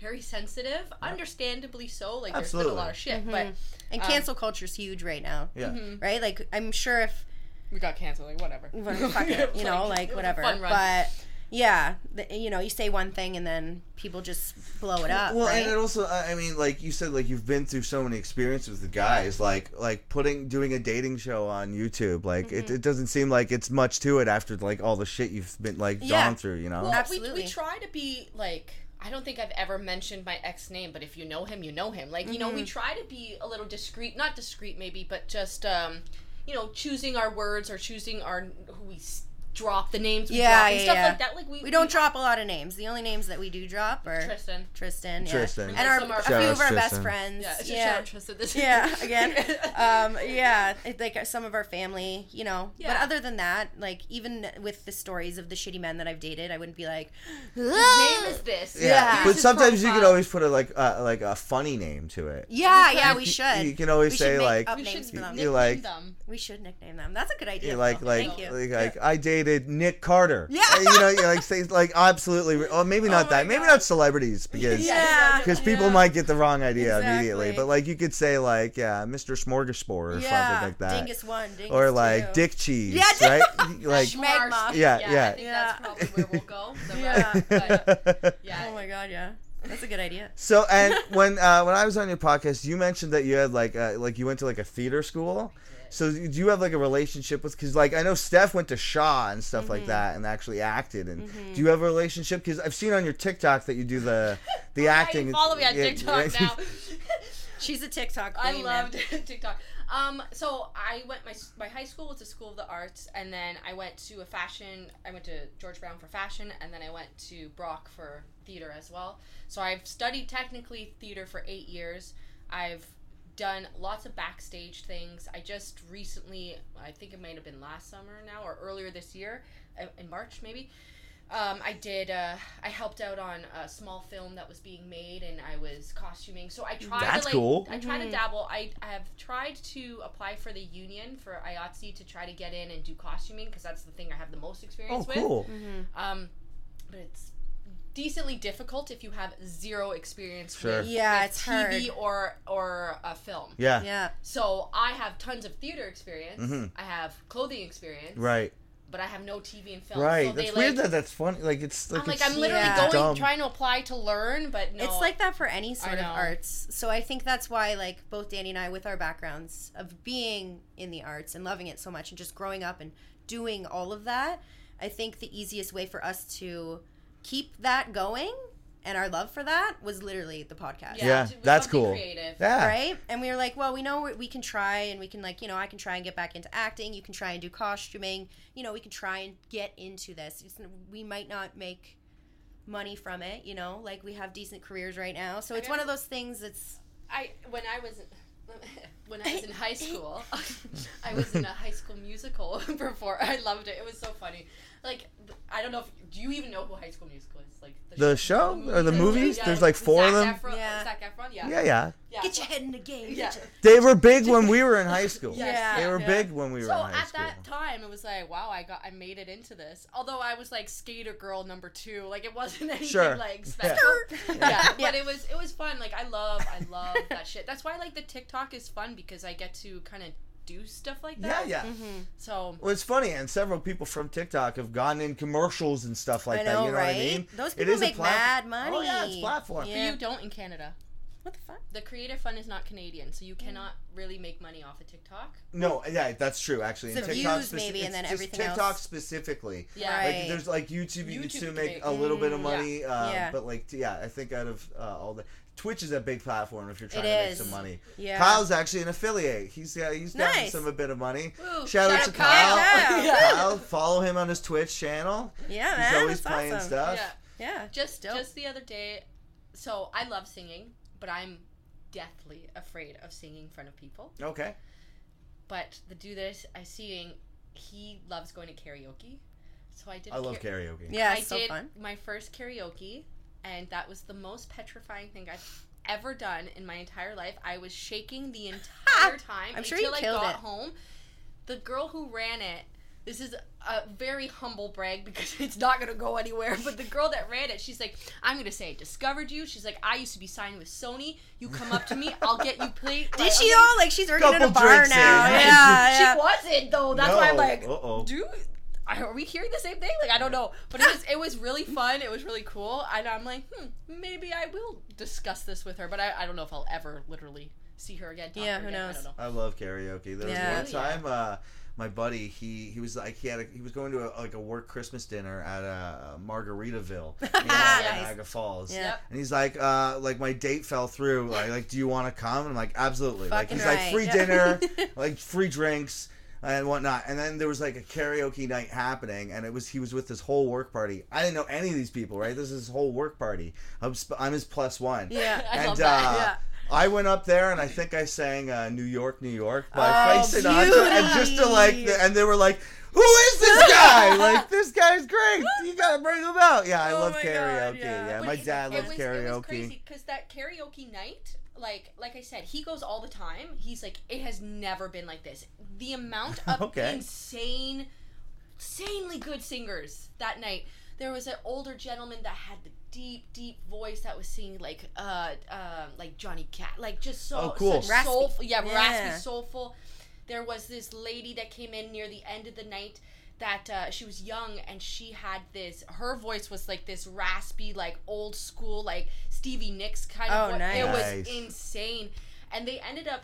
very sensitive understandably so like there's been
Absolutely.
a lot of shit but
Mm-hmm. and cancel culture's huge right now Mm-hmm.
Yeah.
right? Like I'm sure if
we got canceled like whatever
fuck it, you know,
it was
like
a
whatever.
fun run.
But yeah, th you know, you say one thing and then people just blow it up,
Well,
right?
and it also, I I mean, like you said, like you've been through so many experiences with the guys, like like putting doing a dating show on YouTube, like it,
Mm-hmm.
it doesn't seem like it's much to it after like all the shit you've been like
Yeah.
gone through, you know?
Well, we, we
Absolutely.
try to be like I don't think I've ever mentioned my ex name, but if you know him, you know him. Like you know,
Mm-hmm.
we try to be a little discreet, not discreet maybe, but just um, you know, choosing our words or choosing our who we s- drop the names, we
Yeah,
drop, and
yeah,
stuff
yeah.
like that. Like we
we don't drop a lot of names. The only names that we do drop are Tristan,
Tristan.
yeah.
Tristan.
and our,
Some are-
a few of
Shout
our
out
best
Tristan.
friends.
Yeah, it's just
Yeah,
shout out Tristan. This
yeah. Again, um, yeah, it's like some of our family, you know. But
Yeah.
other than that, like even with the stories of the shitty men that I've dated, I wouldn't be like,
name is this.
yeah.
yeah.
But
His
sometimes you can
profile.
always put a like uh, like a funny name to it.
yeah,
We
yeah,
could-
we should.
You can always
We should
say
make
like
up
We
names
should
for them.
nickname
like-
them.
We should nickname them. That's a good idea.
you like
Phil.
like
Thank you.
like, like, I dated Nick Carter.
Yeah.
Uh, you know, you like say like absolutely. re- Oh, maybe not
my
that. Maybe
God.
not celebrities because
Yeah.
because people might get the wrong idea immediately.
Exactly.
But like you could say like yeah, Mr. Smorgasbord or
yeah.
something like that.
Dingus one, dingus
or like
two.
dick cheese,
Yeah, dick-
right? like
Schmegma.
Yeah, yeah.
I think
Yeah.
that's probably where we'll go. The
Yeah.
rest, but, yeah.
Oh my god, yeah. That's a good idea.
so. And when uh, when I was on your podcast, you mentioned that you had like uh, like you went to like a theater school. So do you have like a relationship with? Because like I know Steph went to Shaw and stuff
Mm-hmm.
like that and actually acted. And do you have a relationship? Because I've seen on your TikTok that you do the the
Oh, Yeah,
acting.
you follow me on
Yeah,
TikTok
yeah.
now.
She's a TikTok
I
queen. man.
loved TikTok. Um, so I went my s- my high school was a school of the arts, and then I went to a fashion. I went to George Brown for fashion, and then I went to Brock for theater as well. So I've studied technically theater for eight years. I've done lots of backstage things. I just recently, I think it might have been last summer now or earlier this year, uh, in March maybe. Um, I did. Uh, I helped out on a small film that was being made, and I was costuming. So I tried.
That's
to, like,
cool.
I tried to dabble. I I have tried to apply for the union for IOTC to try to get in and do costuming because that's the thing I have the most
Oh,
experience with.
cool.
Um, but it's decently difficult if you have zero experience
Sure.
with
Yeah, it's
TV
hard.
or or a film.
Yeah.
Yeah.
So I have tons of theater experience.
Mhm.
I have clothing experience,
Right.
but I have no TV and film.
Right.
So
that's
they,
weird
like,
that that's funny. Like it's like
I'm like
it's
I'm literally
Yeah.
going
dumb.
trying to apply to learn, but no.
It's like that for any sort of
know.
arts. So I think that's why, like, both Danny and I, with our backgrounds of being in the arts and loving it so much and just growing up and doing all of that, I think the easiest way for us to keep that going and our love for that was literally the podcast.
Yeah,
to- with
that's
something
cool.
Creative.
Yeah.
Right? And we were like, well, we know we- we can try and we can, like, you know, I can try and get back into acting. You can try and do costuming. You know, we can try and get into this. It's, we might not make money from it, you know, like we have decent careers right now. So it's one of those things that's,
I when I was when I was in high school, I was in a High School Musical before. I loved it. It was so funny. Like th- I don't know if do you even know who High School Musical is? Like
The show? Or the movies? There's, like,
with
four of
Zac
them?
Efron-
Yeah.
Zac Efron. Yeah.
Yeah. Yeah.
Yeah.
get
so-
your head in the game. get
yeah.
your-
They were big when we were in high school.
Yes.
They were
Yeah.
big when we were
So
in high
at
school.
that time, it was like, wow, I got, I made it into this. Although I was like skater girl number two, like it wasn't anything
Sure.
like
Yeah.
special. Yeah.
Yeah.
but it was, it was fun. Like I love, I love that shit. That's why like the TikTok is fun because I get to kind of do stuff like
yeah,
that.
yeah.
So
Well, it's funny, and several people from TikTok have gotten in commercials and stuff like
I
that.
know,
You know what
right?
I mean?
Those
It
people
is a
make
platform-
mad money.
Oh yeah, it's platform.
Yeah.
but you don't in Canada.
What the fuck?
The creator fund is not Canadian, so you
Mm.
cannot really make money off of TikTok.
No, yeah, that's true. Actually,
So
and TikTok
views maybe,
speci-
and then
it's just
everything
TikTok
else.
specifically.
Yeah.
Right.
Like there's like YouTube, you can
YouTube
still
can
make
make-
a little bit of
Mm,
money, uh,
Yeah.
but like t- yeah, I think out of uh, all the Twitch is a big platform if you're trying
It
to make
is.
some money.
Yeah.
Kyle's actually an affiliate. He's uh, he's gotten
Nice.
some a bit of money.
Woo,
shout, out
shout
to
out
Kyle.
Kyle.
Kyle.
Yeah.
follow him on his Twitch channel.
Yeah,
he's
man.
always
that's
playing
awesome.
stuff.
Yeah.
Yeah.
Just
Dope.
just the other day, so I love singing, but I'm deathly afraid of singing in front of people.
Okay.
But the dude that I s- I seeing, he loves going to karaoke. So I did.
I
a
love
kara-
karaoke.
Yeah,
I
it's so
did
fun.
my first karaoke, and that was the most petrifying thing I've ever done in my entire life. I was shaking the entire time
I'm
until
sure you
I
killed
got
it.
home. The girl who ran it. This is a very humble brag because it's not gonna go anywhere. But the girl that ran it, she's like, "I'm gonna say I discovered you." She's like, "I used to be signed with Sony. You come up to me, I'll get you played."
Did she though? Like she's working in a
Couple
bar
drinks
now.
in.
Yeah,
She
yeah.
wasn't though. That's why I'm
No.
like,
Uh-oh.
dude, are we hearing the same thing? Like, I don't know. But it was it was really fun. It was really cool, and I'm like, hmm, maybe I will discuss this with her. But I, I don't know if I'll ever literally see her again. talk to
Yeah,
her
who
again. I
knows?
don't know.
I love karaoke. There
Yeah.
was
Yeah.
one time uh, my buddy he he was like he had a, he was going to a, like a work Christmas dinner at uh, Margaritaville you know, in uh,
Nice.
Niagara Falls.
Yeah.
And he's like, uh, like my date fell through. Like, like do you want to come? And I'm like, absolutely. like
Fucking
he's like
right.
free
Yeah.
dinner, like free drinks and whatnot. And then there was like a karaoke night happening, and it was he was with his whole work party. I didn't know any of these people, right? This is his whole work party. I'm sp- I'm his plus one.
Yeah.
I
and
love that.
uh,
Yeah.
I went up there and I think I sang uh, "New York, New York" by
Oh,
Frank Sinatra, and just to like,
beauty.
and they were like, "Who is this guy? like, this guy's great. You gotta bring him out." Yeah, I
Oh
love
my God,
karaoke. yeah.
yeah.
But
my
it-
dad
it
loves
was- It was
karaoke.
crazy because that karaoke night, like like I said, he goes all the time. He's like, it has never been like this. The amount of
Okay.
insane, insanely good singers that night. There was an older gentleman that had the deep, deep voice that was singing like uh, um like Johnny Cat, like just so
Oh, cool.
such
Raspy.
soulful, yeah,
Yeah.
raspy, soulful. There was this lady that came in near the end of the night that uh, she was young and she had this her voice was like this raspy like old school like stevie nicks kind of
Oh,
voice. it
nice.
was insane and they ended up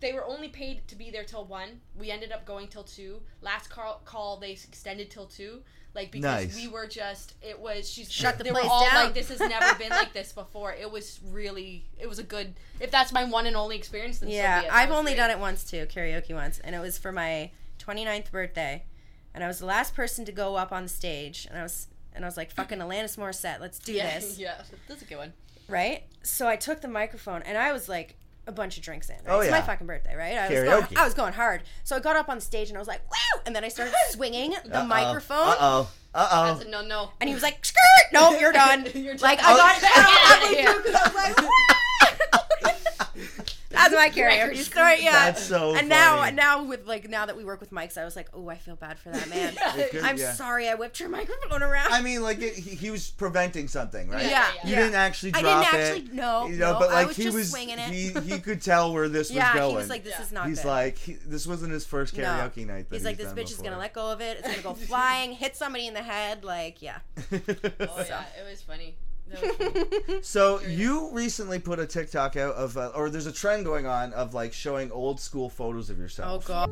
they were only paid to be there till one we ended up going till two last call, call they extended till two like because
Nice.
we were just it was she's
Shut the
they
place
were all
down.
like this has never been like this before it was really it was a good if that's my one and only experience then
Yeah,
so be it. That
I've
was
only
great.
done it once too, karaoke once, and it was for my 29th birthday, and I was the last person to go up on the stage, and I was and I was like, "Fucking Alanis Morissette, let's do
yeah
this,"
yeah that's a good one
right? So I took the microphone, and I was like, a bunch of drinks in. Right?
Oh,
It's
yeah.
my fucking birthday, right? I was, going,
Karaoke.
I was going hard. So I got up on stage and I was like, wow! And then I started swinging the microphone.
Uh oh. Uh oh.
That's a no no.
And he was like, skirt! No, you're done.
You're done.
like, I got
Get
out
outta here.
because I was like, "Woo!" That's my
Record
karaoke story, yeah.
That's so
and now,
funny.
now with like now that we work with mics, I was like, oh, I feel bad for that man.
Good,
I'm
yeah.
sorry, I whipped your microphone around.
I mean, like it, he, he was preventing something, right?
Yeah,
You
yeah.
didn't actually
I
drop
didn't
it.
actually- no,
You know,
no,
but
I
like
was
he
just
was,
swinging it.
he he could tell where this
yeah,
was going.
he was like, this
Yeah.
is not.
He's
good.
like, he, this wasn't his first
No.
karaoke night. That
He's like, this
done
bitch is gonna
before.
let go of it. It's gonna go flying, hit somebody in the head. Like, yeah.
Oh yeah, it was funny. That was funny.
So you recently put a TikTok out of, uh, or there's a trend going on of like showing old school photos of
Oh
yourself.
god.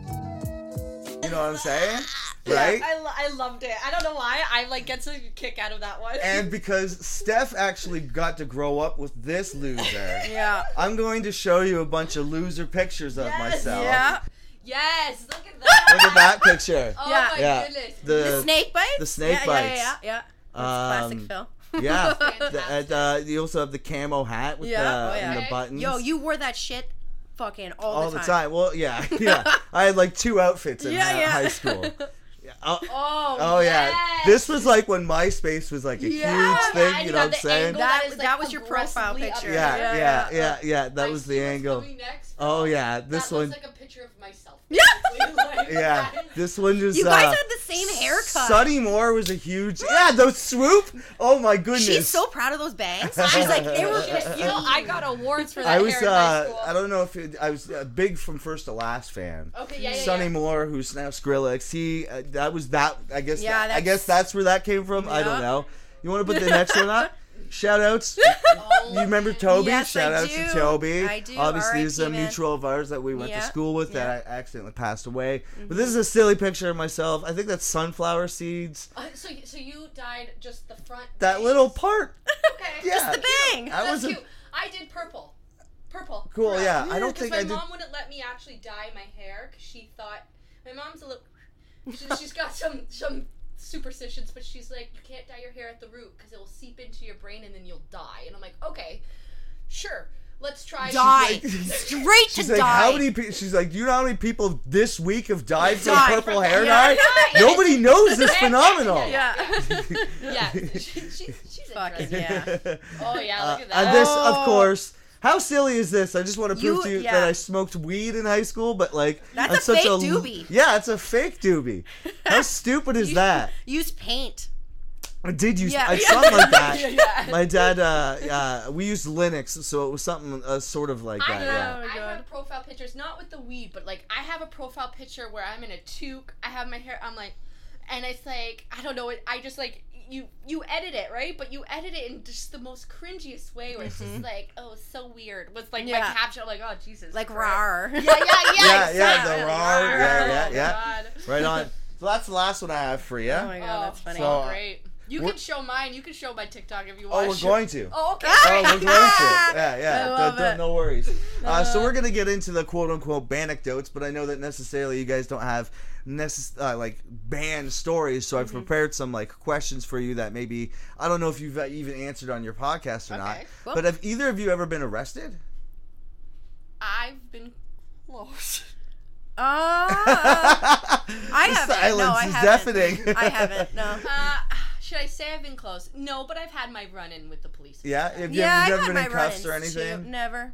You know what I'm saying, right?
I, lo- I loved it. I don't know why. I like gets a kick out of that one.
and because Steph actually got to grow up with this loser,
Yeah.
I'm going to show you a bunch of loser pictures of
Yes,
myself.
Yeah.
yes, look at
Look
that.
at that picture.
oh
Yeah.
my
Yeah.
goodness.
The-
Snake bites.
the snake
yeah,
bites.
Yeah, yeah, yeah. That's
Um,
classic Phil.
Yeah.
Fantastic.
The- uh, you also have the camo hat with
Yeah,
the,
oh, yeah.
and the
Okay.
buttons.
Yo, you wore that shit fucking all,
all the time. Well, yeah, yeah. I had like two outfits in
Yeah,
hi-
yeah.
high school. Yeah. Oh,
oh.
oh, yeah.
yes.
This was like when MySpace was like a
Yeah.
huge
Yeah,
thing.
and
You know
you got
what I'm
the
saying?
angle
Yeah,
That,
That is,
that
like,
was your profile
aggressively
picture.
yeah,
Yeah,
yeah, yeah, That
I
was
see
the
what's
angle.
coming next.
Oh yeah,
That
this one.
looks like a picture of myself.
Yeah.
Like,
yeah,
that is-
this one just.
You guys
uh,
had the same haircut.
Sunny Moore was a huge. Yeah, those swoop. Oh my goodness.
She's so proud of those bangs. She's like, they were just,
You know, I got awards for that
I was.
hair in high
Uh,
school.
I don't know if it, I was a big from first to last fan.
Okay, yeah, yeah,
Sonny
yeah.
Moore, who's now Skrillex. He uh, that was that. I guess.
Yeah,
that- I
that's-
guess that's where that came from. I don't
Yeah.
know. You want to put the next one up? Shout outs.
Oh,
You remember Toby?
Yes,
Shout
I
outs to
do.
Toby.
I do.
Obviously, he's a
RIP, man.
mutual of ours that we went to
Yeah,
school with that
yeah. Mm-hmm.
I accidentally passed away. But this is a silly picture of myself. I think that's sunflower seeds.
Uh, so, y- so you dyed just the front.
That
bangs.
little part.
Okay.
Yeah.
the bang.
I
That's
was a
cute. I did purple. Purple.
Cool,
throughout.
yeah. I don't
'Cause
think
my
I did-
mom wouldn't let me actually dye my hair because she thought my mom's a little. She, she's got some some superstitions, but she's like, you can't dye your hair at the root because it will seep into your brain and then you'll die. And I'm like, okay, sure, let's try.
Die. Straight
She's
to
like,
die.
how many? Pe-? She's like, do you know how many people this week have died from
Died
purple
from-
hair
yeah.
dye? Nobody knows this
Yeah,
phenomenon.
yeah.
yeah, she, she, she's
Fucking
interesting.
yeah.
Oh yeah,
Uh,
look at that.
and this, of
Oh.
course, how silly is this? I just want to prove
You-
to you
yeah.
that I smoked weed in high school, but like,
That's
I'm
a
such
fake
a l-
doobie.
Yeah, it's a fake doobie. How stupid is that?
Use paint.
Did you?
Yeah.
I something like that.
yeah, yeah.
My dad, uh, uh, we used Linux, so it was something uh, sort of like that.
I have,
Yeah.
Oh my
I
God.
have profile pictures, not with the weed, but like I have a profile picture where I'm in a toque. I have my hair. I'm like, and it's like I don't know. It, I just like you you edit it right, but you edit it in just the most cringiest way, where it's
Mm-hmm.
just like, oh, so weird. Was like my
Yeah.
caption. I'm like, oh Jesus,
Like
Christ.
rar.
Yeah, yeah, yeah,
Yeah, yeah,
exactly.
the
Like,
rar, yeah, yeah,
Oh my
yeah.
God.
Right on. So that's the last one I have for you.
Oh my god, that's funny.
so-
great. You
we're-
can show mine. You can show my TikTok if you
oh,
want.
we're going to.
Oh, okay.
Oh, we're
great.
going to. Yeah, yeah.
I
Don't-
love
don't-
it.
no worries. Uh, so we're gonna get into the quote unquote anecdotes, but I know that necessarily you guys don't have necess- uh, like band stories. So I've
Mm-hmm.
prepared some like questions for you that maybe I don't know if you've uh, even answered on your podcast or not.
Okay,
cool.
But have either of you ever been arrested?
I've been close.
Uh, I
The
haven't.
Silence
no, I
is
haven't.
deafening.
I haven't. No.
Uh, should I say I've been close? No, but I've had my run-in with the police.
Yeah, have you
yeah,
have you
I've
ever
had
been
my
in cuffs
run-ins
or anything?
Too. Never.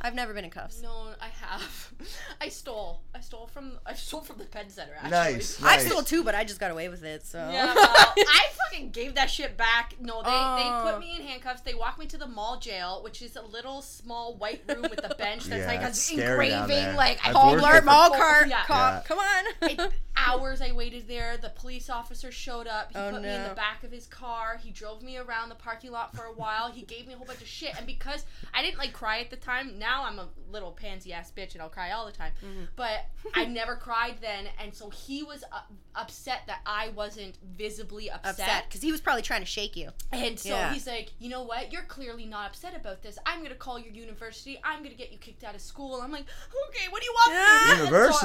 I've never been in cuffs.
No, I have. I stole. I stole from. I stole from the pen center. Actually.
Nice,
I
nice.
stole two, but I just got away with it. So
Yeah, well, I fucking gave that shit back. No, they, they
Oh.
put me in handcuffs. They walked me to the mall jail, which is a little small white room with a bench that's
Yeah,
like
it's
an
scary down there.
engraving, like
I've
all
worked
alert
at the-
alert mall car.
Yeah.
Cop,
Yeah.
Come on.
It- hours I waited there. The police officer showed up. He
Oh,
put me in
no.
the back of his car. He drove me around the parking lot for a while. He gave me a whole bunch of shit. And because I didn't like cry at the time, now I'm a little pansy ass bitch and I'll cry all the time.
Mm-hmm.
But I never cried then. And so he was uh, upset that I wasn't visibly
upset because he was probably trying to shake you.
and so
Yeah.
he's like, you know what? You're clearly not upset about this. I'm gonna call your university. I'm gonna get you kicked out of school. I'm like, okay, what do you want? from me?" And so-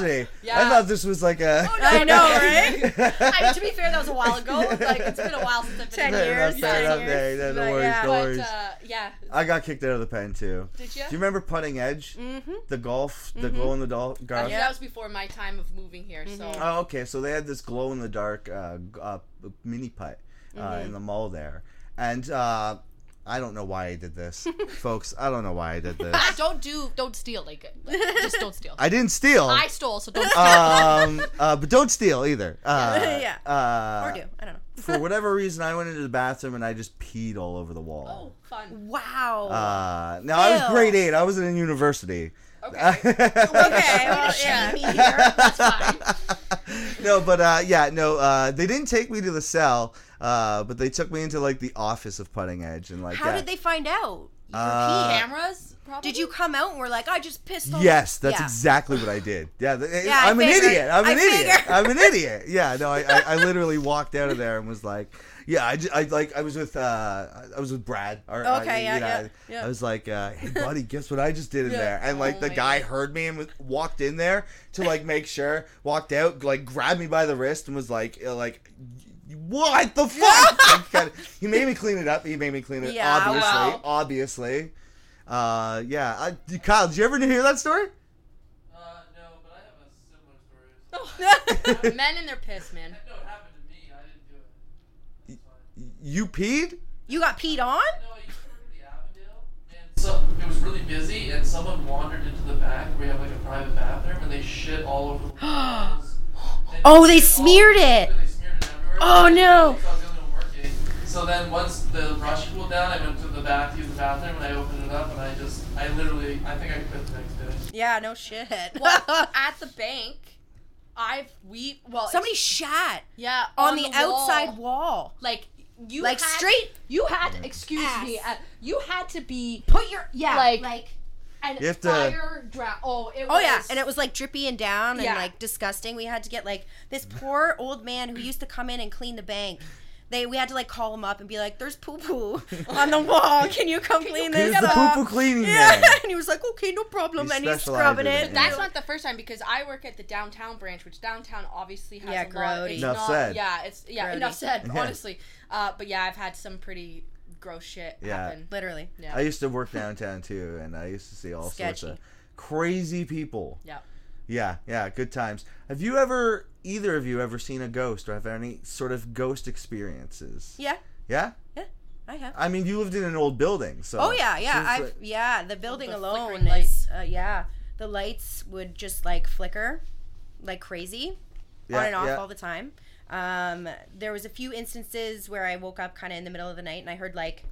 University. I
Yeah.
thought this was like a.
Oh, no,
I know,
I mean, to be fair, that was a while ago. Like, it's been a while since I've
Ten
been. in
Fair enough,
years,
fair
ten
enough.
years.
Hey, no, no
But,
worries,
yeah.
no
But
worries.
uh, yeah,
I got kicked out of the pen too.
did you?
Do you remember putting edge?
Mm-hmm.
The golf, the glow in the dark.
Uh,
golf.
That was before my time of moving here. So
Mm-hmm.
Oh, okay. So they had this glow in the dark uh, g- uh, mini putt uh,
Mm-hmm.
in the mall there, and uh, I don't know why I did this, folks. I don't know why I did this.
Ah, don't do, don't steal. Like, like, just don't steal. I,
I didn't steal.
stole, so don't. steal.
um, uh, but don't steal either. Uh,
Yeah.
Uh,
Or do I don't know.
for whatever reason, I went into the bathroom and I just peed all over the wall.
oh, fun.
Wow.
Uh, now I was
Ew.
grade eight. I wasn't in university.
Okay,
okay. Well, yeah.
me here. That's fine.
no, but uh, yeah, no, uh, they didn't take me to the cell, uh, but they took me into like the office of Putting Edge and like.
How
yeah.
did they find out?
Uh,
Cameras. Probably.
Did you come out and were like, I just pissed on
Yes, that's
Yeah.
exactly what I did. Yeah, th-
Yeah, I
I'm an
figured.
idiot. I'm
I
an idiot.
figured.
I'm an idiot. Yeah, no, I, I, I literally walked out of there and was like, yeah, I, ju- I like I was with uh, I- I was with Brad. Or, uh,
Okay, yeah,
you know,
yeah,
I-
yeah.
I was like, uh, hey buddy, guess what I just did in there? And like
Oh
the
my
guy
God.
heard me and was, walked in there to like make sure. Walked out, like grabbed me by the wrist and was like, uh, like. What the fuck? Like, kinda- he made me clean it up. He made me clean it.
Yeah,
obviously,
wow.
obviously. Uh, yeah. I, Kyle, did you ever hear that story?
Uh, no, but I have a similar story.
Men and their piss, man.
No, it happened to me. I didn't do it.
You peed?
You got peed on?
No, I used to work at the Avondale, and so it was really busy, and someone wandered into the back. We have like a private bathroom, and they shit all over the walls. And
Oh, they
shit all
smeared
over-
it.
They smeared it everywhere.
Oh, no.
So I was the only one working. So then once the rush cooled down, I went to the bath, used the bathroom, and I opened it up, and I just, I literally, I think I quit the next day.
Yeah, no shit.
Well, at the bank, I've we well it's-
Somebody shat
yeah
on, the, outside
wall.
wall.
like you
Like,
had-
straight
you had excuse me
ass.
uh, you had to be
Put your yeah,
like,
like,
an
You have to-
fire drought oh it
oh
was,
yeah, and it was like drippy and down and
Yeah.
like disgusting. We had to get like this poor old man who used to come in and clean the bank. They we had to like call him up and be like, "There's poo poo on the wall. Can you come clean
He's
this
the
up?"
poo poo cleaning
yeah,
man.
and he was like, "Okay, no problem,"
He
and he's
specializes
scrubbing
in
it.
it,
and
that's
he-
not the first time because I work at the downtown branch, which downtown obviously has
Yeah,
a lot. Of,
grody.
it's
Enough
not,
said.
Yeah, it's yeah.
Grody.
Enough said.
Yeah.
Honestly, uh, but yeah, I've had some pretty gross shit
Yeah.
happen.
literally.
Yeah,
I used to work downtown too, and I used to see all sorts
Sketchy.
of crazy people.
yeah.
Yeah, yeah, good times. Have you ever, either of you, ever seen a ghost or have any sort of ghost experiences?
Yeah,
Yeah?
I have.
I mean, you lived in an old building, so.
Oh yeah, yeah.
Seems
I've
like-
yeah. The building
The
alone
flickering light.
is uh, yeah. The lights would just like flicker, like crazy,
Yeah,
on and off
yeah.
all the time. Um, there was a few instances where I woke up kind of in the middle of the night and I heard like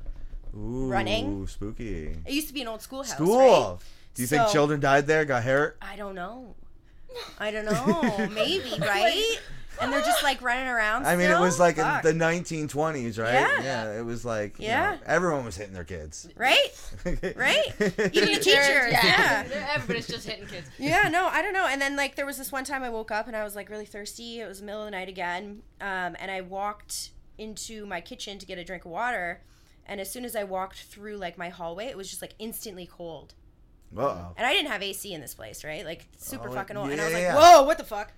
Ooh,
running.
spooky.
it used to be an old schoolhouse.
School.
right?
Do you think
So-
children died there, got hurt?
I don't know. I don't know. Maybe right. And they're just like running around.
I mean, it
still?
was like in
Fuck.
the 1920s, right?
Yeah.
it was like, you
Yeah.
know, everyone was hitting their kids.
right. Right? Even the teachers, yeah.
Everybody's just hitting kids.
yeah, no, I don't know. And then like there was this one time I woke up and I was like really thirsty. It was the middle of the night again, um, and I walked into my kitchen to get a drink of water. And as soon as I walked through like my hallway, it was just like instantly cold.
Uh-oh.
And I didn't have AC in this place, right? Like super
Oh,
fucking old. and I was
yeah,
like,
yeah.
Oh,
whoa, what the fuck?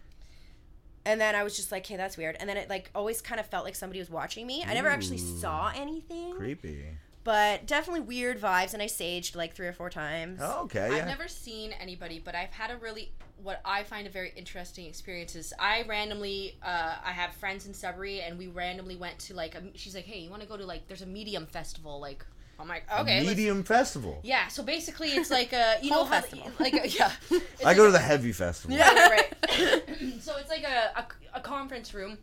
And then I was just like, hey, that's weird. And then it like always kind of felt like somebody was watching me. I never actually
Ooh.
saw anything,
Creepy.
but definitely weird vibes. And I saged like three or four times.
Oh, okay. yeah.
I've never seen anybody, but I've had a really what I find a very interesting experience is I randomly uh, I have friends in Sudbury and we randomly went to like a, she's like hey you want to go to like there's a medium festival like I'm like okay let's-
Medium festival.
yeah so basically it's like a you
Whole
know how-
festival.
like a, yeah It's
I go
like
to the heavy festival.
Yeah.
Right, right, right. so it's like a, a, a conference room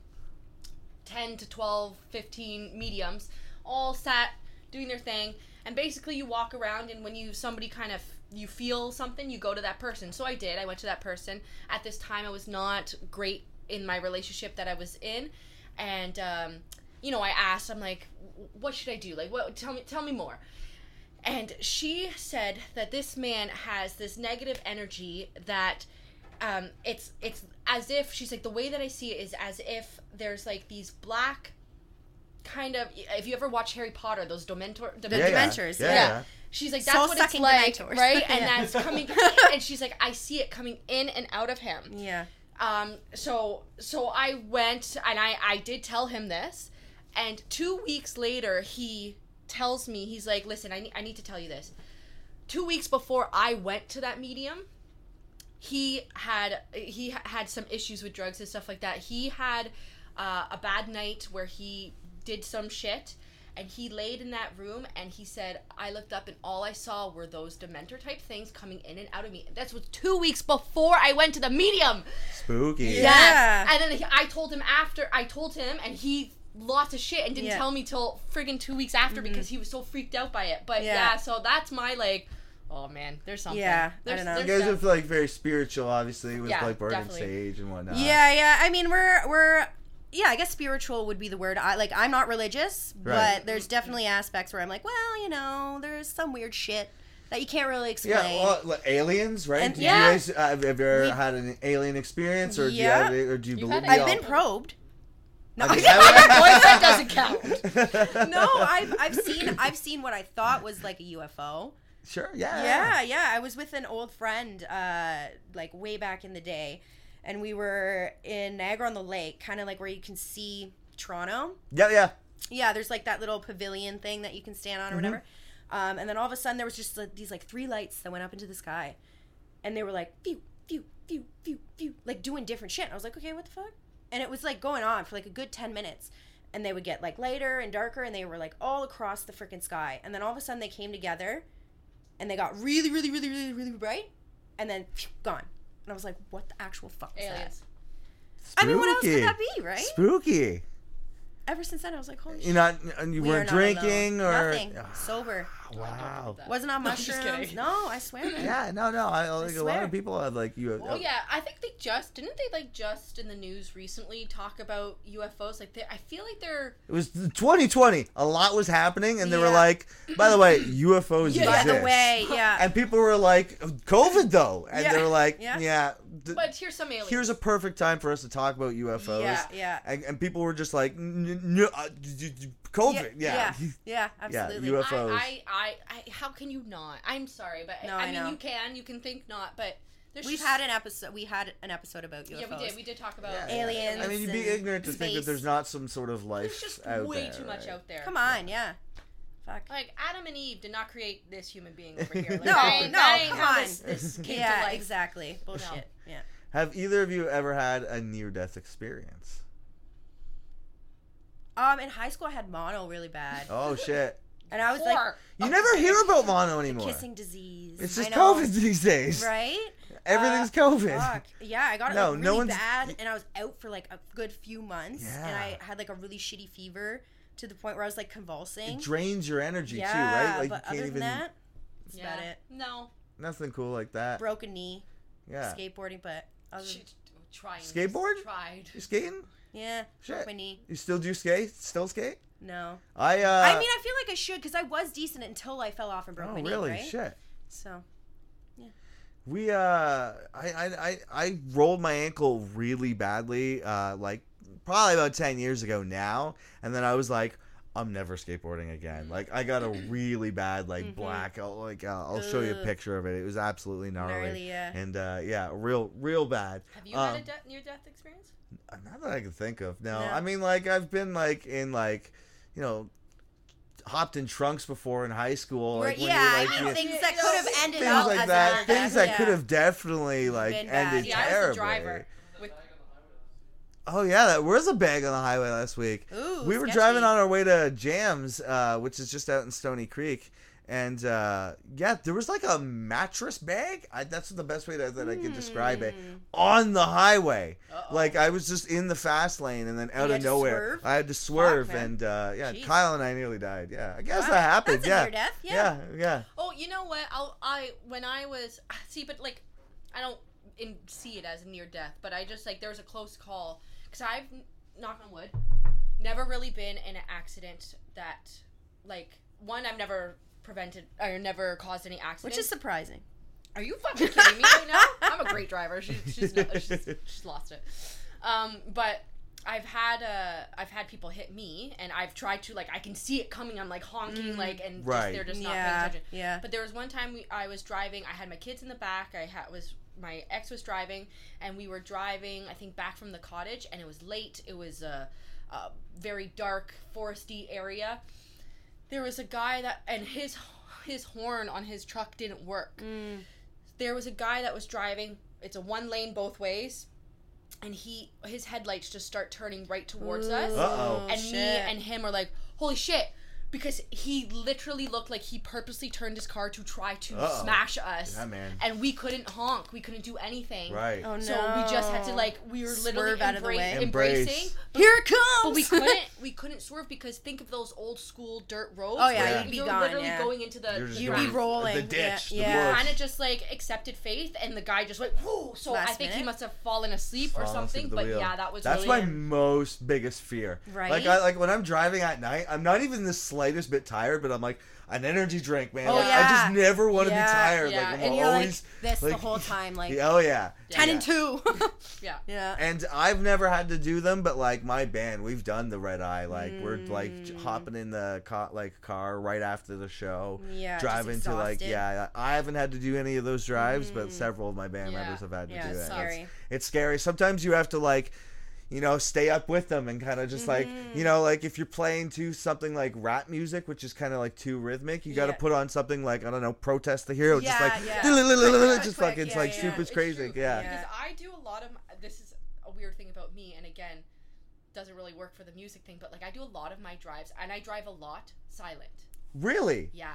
10 to 12 15 mediums all sat doing their thing and basically you walk around and when you somebody kind of you feel something you go to that person so i did i went to that person at this time i was not great in my relationship that I was in, and um, you know, I asked, I'm like, "W- what should I do? Like, what? Tell me, tell me more. And she said that this man has this negative energy that um, it's it's as if she's like the way that I see it is as if there's like these black kind of if you ever watch Harry Potter those Dementor
The
yeah,
Dementors,
yeah,
yeah.
yeah.
She's like, that's what it's
Soul-sucking
like,
Dementors.
right? And
Yeah.
that's coming, and she's like, I see it coming in and out of him.
Yeah.
Um, so, so I went and I, I did tell him this, and two weeks later he tells me he's like, listen, I need, I need to tell you this. Two weeks before I went to that medium, he had he had some issues with drugs and stuff like that. He had uh, a bad night where he did some shit, and he laid in that room and he said, "I looked up and all I saw were those Dementor type things coming in and out of me." That's what two weeks before I went to the medium.
Spooky.
Yeah.
Yes. And then he, I told him after I told him, and he lost his shit and didn't
Yeah.
tell me till friggin' two weeks after because he was so freaked out by it. But
Yeah.
Mm-hmm. yeah, so that's my like. Oh man, there's something.
Yeah, I
there's,
don't know.
there's
You guys
stuff.
are like very spiritual, obviously, with
Yeah,
like burning
definitely.
sage and whatnot.
yeah, yeah. I mean, we're we're yeah. I guess spiritual would be the word. I like. I'm not religious,
Right.
but there's definitely aspects where I'm like, well, you know, there's some weird shit that you can't really
Yeah,
explain.
well, like aliens, right?
And-
Do
Yeah.
you guys uh, have, have you ever
We-
had an alien experience, or
Yeah.
do you have, or do you
You've
believe?
had
I've
we
been
all-
probed. No,
Okay, that
Boyfriend doesn't count.
would-
no. I've I've seen I've seen what I thought was like a UFO.
Sure. Yeah.
Yeah, yeah. I was with an old friend, uh, like way back in the day, and we were in Niagara on the Lake, kind of like where you can see Toronto.
Yeah. Yeah.
Yeah, there's like that little pavilion thing that you can stand on or whatever.
Mm-hmm.
Um, and then all of a sudden, there was just like, these like three lights that went up into the sky, and they were like phew, phew, phew, phew, phew, like doing different shit. I was like, okay, what the fuck? And it was like going on for like a good ten minutes, and they would get like lighter and darker, and they were like all across the freaking sky. And then all of a sudden, they came together, and they got really, really, really, really, really bright, and then phew, gone. And I was like, what the actual fuck is that?
Aliens.
I mean, what else
Spooky.
could that be, right?
Spooky.
Ever since then, I was like, holy
You're not. and You
we
weren't
are not alone.
drinking or
nothing. Sober.
Wow.
Wasn't on
No, just
mushrooms.
kidding.
No, I swear. man.
Yeah. No. No. I, like a lot
swear.
of people have like you.
Oh yeah, I think they just didn't they like just in the news recently talk about UFOs. Like they, I feel like they're
It was 2020. A lot was happening, and they were
Yeah.
like, "By the way, UFOs
Yeah.
By
exist."
the way, yeah.
And people were like, "COVID though," and they
Yeah.
were like, "Yeah."
Yeah.
th-
but here's some aliens.
Here's a perfect time for us to talk about UFOs.
Yeah, yeah.
And, and people were just like, "N- n- uh, d- d- d- COVID. Yeah.
Yeah, yeah, absolutely.
you have- UFOs.
I, I, I, I how can you not? I'm sorry, but
No,
I,
I
mean
know.
you can, you can think not, but there's
We've
just-
had an episode. We had an episode about UFOs.
yeah, we did, we did talk about
Yeah.
Aliens.
I mean, you'd be
and
ignorant to think that
space.
there's not some sort of life
There's just
out
way
there,
too much
right?
out there.
Come on, yeah. Fuck.
Like Adam and Eve did not create this human being over here. Like,
No,
that ain't-
no,
that ain't
come
how
on.
This, this came to
Yeah,
life.
exactly. Bullshit. Yeah.
Have either of you ever had a near-death experience?
Um, in high school, I had mono really bad,
Oh shit!
and I was like
Or-
You never hear about mono anymore.
Oh, kissing disease.
It's
I
just
know,
COVID these days.
right?
Everything's COVID.
Fuck. Yeah, I got it
No,
like,
no
really
one's-
bad, and I was out for like a good few months, and I
Yeah.
had like a really shitty fever to the point where I was like convulsing.
It drains your energy
yeah,
too, right? Like
but
you can't
other
even
than that, that's about it.
No.
nothing cool like that.
Broken knee,
yeah,
skateboarding, but other than,
She trying.
Skateboard?
Tried.
you skating?
yeah,
Shit.
broke my knee.
You still do skate? Still skate?
No,
I. uh...
I mean I feel like I should because I was decent until I fell off and broke
Oh
my knee.
really?
right?
Shit.
So
We uh, I, I I I rolled my ankle really badly, uh, like probably about ten years ago now, and then I was like, I'm never skateboarding
Mm-hmm.
again. Like I got a really bad like black. I'll, like uh, I'll show you a
Ugh.
picture of it. It was absolutely gnarly,
Gnarly, yeah.
and uh, yeah, real real bad.
Have you
Um, uh,
had a de- near-death experience?
Not that I can think of. No.
No.
I mean, like I've been like in like, you know, hopped in trunks before in high school. Like
Right,
when
yeah,
you're,
I mean
like,
things that could have ended
things
up
like
as
that,
a-
things that
yeah.
could have definitely like
Been bad.
ended
See,
I was the
terribly.
driver. With-
Oh yeah, that was a bag on the highway last week.
Ooh,
we were
sketchy.
driving on our way to Jams, uh, which is just out in Stony Creek, and uh, yeah, there was like a mattress bag. I, that's the best way that, that I could describe it
Hmm.
on the highway. Like I was just in the fast lane, and then out
you
of
had to
nowhere,
swerve?
I had to swerve,
man.
and uh, yeah,
Jeez.
Kyle and I nearly died. Yeah, I guess
Wow,
that happened.
that's a
yeah.
near death, yeah.
yeah, yeah.
Oh, you know what? I'll, I when I was see, but like, I don't in, see it as near death, but I just like there was a close call because I've knock on wood never really been in an accident that like one I've never prevented or never caused any accidents.
which is surprising.
Are you fucking kidding me right now? I'm a great driver. She's she's, not, she's, she's lost it. Um, but I've had uh, I've had people hit me, and I've tried to like I can see it coming. I'm like honking, like and
Right.
just, they're just not paying
yeah,
attention.
yeah.
But there was one time we, I was driving. I had my kids in the back. I had was my ex was driving, and we were driving. I think back from the cottage, and it was late. It was a, a very dark foresty area. There was a guy that and his his horn on his truck didn't work. There was a guy that was driving. It's a one lane both ways. And he, his headlights just start turning right towards us
Uh-oh.
and
Oh, shit.
me and him are like, holy shit. Because he literally looked like he purposely turned his car to try to
Uh-oh.
smash us.
Yeah, man.
And we couldn't honk. We couldn't do anything.
Right.
Oh no!
So we just had to like we were literally
Swerve out of the
embra-
way.
embracing.
Embrace.
but-
Here it comes.
But we couldn't we couldn't swerve because think of those old school dirt roads.
Oh, yeah,
where
you'd
be
you're
gone,
literally
yeah.
going into the
You're just
You'd
going
be
to
Uh, rolling.
The ditch.
Yeah,
the
yeah.
bush.
kind of just like accepted faith, and the guy just like whoo. So I
Last
think he
minute?
must have fallen asleep or
Falling asleep
something.
at the
But
wheel.
yeah, that was
that's
really
my most biggest fear.
Right?
Like I like when I'm driving at night, I'm not even the slightest bit tired, but I'm like an energy drink, man.
Oh,
Like, I
yeah.
just never want to
Yeah,
be tired.
yeah.
Like I'm
And you're
always
like this the
like-
whole time, like
oh yeah,
ten
yeah.
and two.
yeah.
yeah.
And I've never had to do them, but like my band, we've done the red eye. Like we're like
Mm.
j- hopping in the ca- like car right after the show,
Yeah, just
driving to like
exhausted. Mm.
yeah. I I haven't had to do any of those drives, but several of my band
Yeah.
members have had to
Yeah,
do
it's
it.
scary.
It's scary. Sometimes you have to like, you know, stay up with them and kind of just like, you know, like if you're playing to something like rap music, which is kind of like too rhythmic, you got to
Yeah.
put on something like I don't know, protest the hero, just
Yeah,
like
yeah.
just
Quick,
like it's
yeah,
like
yeah.
super
It's
crazy,
true,
yeah.
Because I do a lot of this is a weird thing about me, and again, doesn't really work for the music thing. But like, I do a lot of my drives, and I drive a lot silent.
Really,
Yeah,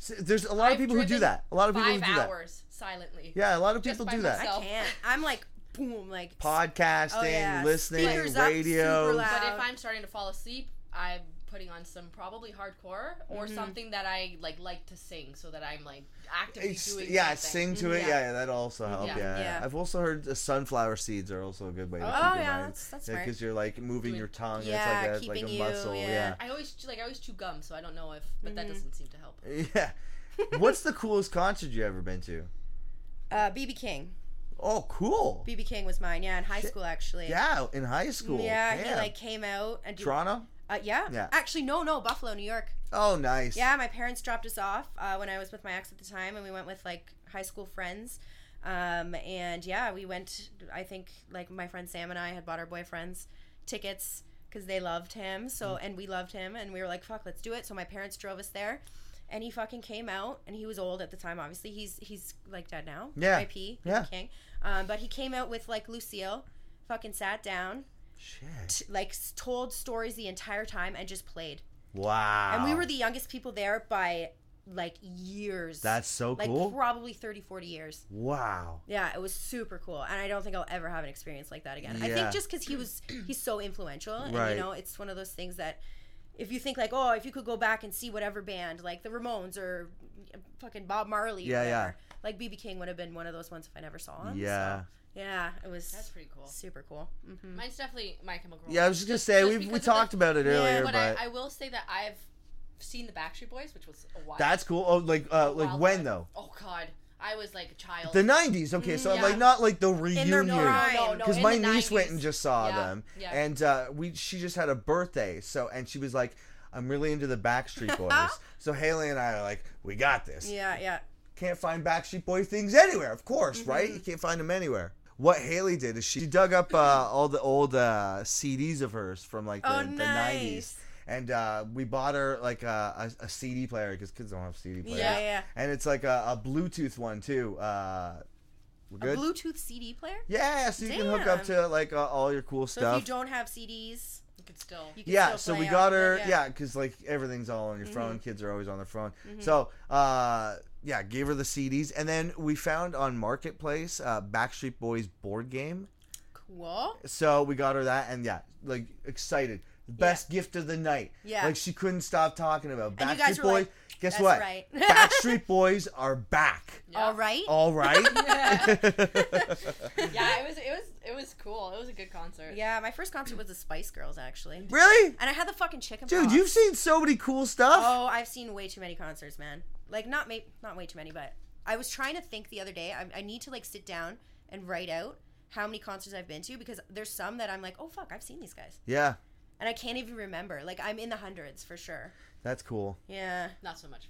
S there's a lot of
I've
people who do
driven
that. A lot of people who
five
do that.
hours silently.
Yeah, a lot of
just
people
by
do that.
I
myself.
can't. I'm like boom, like
Podcasting,
Oh, yeah.
listening,
Speakers up, super
radio.
loud.
But if I'm starting to fall asleep, I'm putting on some probably hardcore or something that I like like to sing, so that I'm like actively
It's-
doing.
yeah, sing
something.
to it. Yeah,
Yeah.
yeah, that also helps. Yeah.
Yeah.
yeah.
Mm, Yeah.
I've also heard the sunflower seeds are also a good way to
Oh,
keep your
yeah,
mind.
that's- that's smart.
Because you're like moving
Doing-
your tongue.
Yeah,
it's like a, it's
keeping
like a
you-
muscle.
yeah.
Yeah.
I always like I always chew gum, so I don't know if, but that doesn't seem to help.
Yeah. What's the coolest concert you ever been to?
uh, BB King.
Oh, cool.
BB King was mine. Yeah, in high school actually.
Yeah, in high school.
Yeah, he
Damn.
like came out and did-
Toronto.
uh, yeah.
Yeah.
Actually, no, no, Buffalo, New York.
Oh, nice.
Yeah, my parents dropped us off uh, when I was with my ex at the time, and we went with like high school friends. Um, and yeah, we went. I think like my friend Sam and I had bought our boyfriends tickets because they loved him.
Mm.
So and we loved him, and we were like, "Fuck, let's do it." So my parents drove us there, and he fucking came out, and he was old at the time. Obviously, he's he's like dead now.
Yeah.
R.I.P.
Yeah.
King. Um, but he came out with like Lucille, fucking sat down,
Shit.
t- like s- told stories the entire time, and just played.
Wow.
And we were the youngest people there by like years.
That's so
like
cool.
probably 30, 40 years.
wow.
Yeah, it was super cool. And I don't think I'll ever have an experience like that again. I
Yeah.
think just because he was, he's so influential. And
Right.
you know, it's one of those things that if you think like, oh, if you could go back and see whatever band, like the Ramones or mm, fucking Bob Marley, or
Yeah, yeah.
whatever, like BB King would have been one of those ones if I never saw him.
Yeah.
So, yeah, it was
That's pretty cool.
super cool. hmm
Mine's definitely my chemical.
Yeah, I was just gonna say
just
we we
because of
talked
the-
about it
Yeah,
earlier,
but
but,
I, I will say that I've seen the Backstreet Boys, which was a while.
that's cool. Oh, like uh,
a
like
while
when
back.
though?
Oh God, I was like a child.
The nineties. Okay, so
yeah.
like not like the
their
reunion.
prime.
no, no,
Because
in
my
the
niece
90s.
went and just saw
Yeah,
them,
yeah.
and uh, we she just had a birthday, so and she was like, "I'm really into the Backstreet Boys." so Haley and I are like, "We got this."
Yeah, yeah.
Can't find Backstreet Boy things anywhere, of course, right? You can't find them anywhere. What Haley did is she dug up uh, all the old uh, CDs of hers from like the,
Oh,
the 90s.
nice.
And uh, we bought her like a, a, a CD player because kids don't have CD players.
Yeah, yeah.
And it's like a, a Bluetooth one too. Uh, we're
A
good.
Bluetooth CD player?
yeah, so you can hook up
Damn.
to like uh, all your cool
So
stuff.
if you don't have CDs,
you could still.
you can
yeah,
still
so we
play
got
off of
her.
it, Mm-hmm.
Yeah, because like everything's all on your phone. Kids are always on their phone. So, uh, yeah, gave her the CDs, and then we found on Marketplace uh, Backstreet Boys board game.
Cool.
So we got her that, and yeah, like excited. the best gift of the night.
Yeah.
Like she couldn't stop talking about
And you
Backstreet
guys were
Boys.
like,
Guess
"That's
what?
right."
Backstreet Boys are back.
Yeah.
All right.
All right.
yeah, it was it was it was cool. It was a good concert.
yeah, my first concert was the Spice Girls actually, and
really?
I had the fucking chicken.
Dude,
pox.
you've seen so many cool stuff.
Oh, I've seen way too many concerts, man. Like not may- not way too many, but I was trying to think the other day. I, I need to like sit down and write out how many concerts I've been to because there's some that I'm like, oh fuck, I've seen these guys,
Yeah,
and I can't even remember. Like I'm in the hundreds for sure.
that's cool.
Yeah.
Not so much.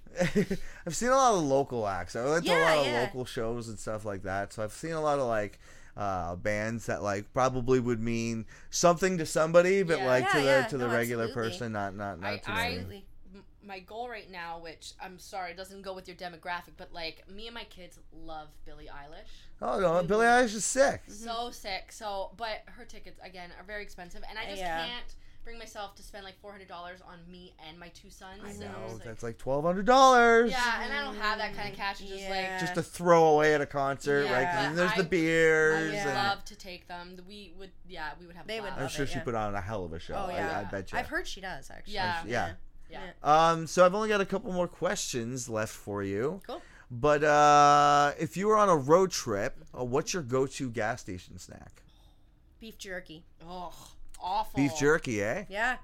I've seen a lot of local acts. I went to a
Yeah,
lot of
yeah.
local shows and stuff like that. So I've seen a lot of like uh, bands that like probably would mean something to somebody, but
Yeah.
like to
Yeah,
the
yeah.
to the
No,
regular
absolutely.
person, not not not
I-
too
I-
many.
Absolutely.
M- My goal right now, which I'm sorry doesn't go with your demographic, but like me and my kids love Billie Eilish.
Oh no, Billie Eilish is sick.
Mm-hmm.
So sick. So, but her tickets again are very expensive, and I just
Yeah.
can't bring myself to spend like four hundred dollars on me and my two sons.
I
and I'm
know
just like-
that's like twelve hundred dollars.
yeah, and I don't have that kind of cash. It's just
Yeah.
like
Just to throw away at a concert, right? 'Cause
Yeah.
then there's
I-
the beers.
I
Yeah.
would
and
love to take them. We would, yeah, we would have. a
They would
blast.
I'm
love
sure
it,
she
yeah.
put on a hell of a show.
Oh,
I, I
yeah.
bet you.
I've heard she does actually.
Yeah.
Yeah.
Yeah.
Yeah.
Um, so I've only got a couple more questions left for you.
Cool.
But uh, if you were on a road trip, uh, what's your go-to gas station snack?
Beef jerky.
Oh, awful.
Beef jerky, eh?
Yeah.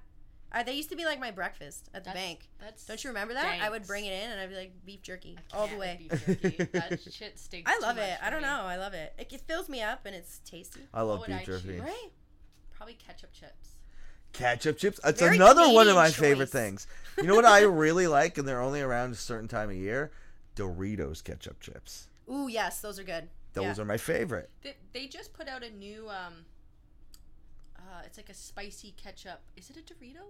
Uh, they used to be like my breakfast at the
That's-
bank.
That's
Don't you remember that? I would
stinks.
bring it in and I'd be like beef jerky
I
all the
can't
way.
with beef jerky. that shit stinks.
I
too
love
much
it.
for
I don't
me.
know. I love it. it. It fills me up and it's tasty.
I love
What would
beef
I
jerky.
choose?
Right?
Probably ketchup chips.
Ketchup chips. That's
Very
another one of
Canadian
my favorite
choice.
things. You know what I really like, and they're only around a certain time of year? Doritos ketchup chips.
Ooh, yes, those are good.
Those are my favorite.
They, they just put out a new um uh it's like a spicy ketchup. Is it a Dorito?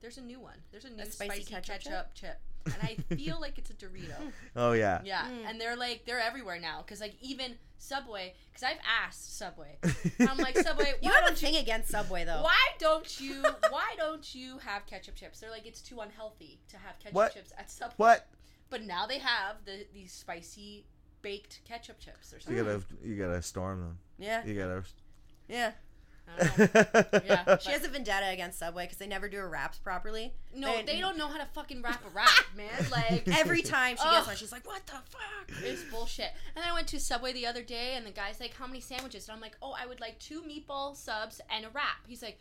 There's a new one. There's a new
spicy
spicy,
ketchup
ketchup, chip? And I feel like it's a Dorito.
Oh yeah.
Yeah. And they're like they're everywhere now cuz like even Subway cuz I've asked Subway. I'm like Subway,
You
why
have a
don't you
thing against Subway though.
why don't you why don't you have ketchup chips? They're like it's too unhealthy to have ketchup
What?
chips at Subway.
What?
But now they have the these spicy baked ketchup chips or
You
something.
gotta you gotta storm them.
Yeah,
You gotta.
yeah.
I don't know. Yeah.
She has a vendetta against Subway because they never do her wraps properly.
No, they, don't know how to fucking wrap a wrap, man. Like
Every time she gets
Ugh.
one, she's like, "What the fuck?"
it's bullshit. And then I went to Subway the other day, and the guy's like, "How many sandwiches?" And I'm like, "Oh, I would like two meatball subs and a wrap." He's like,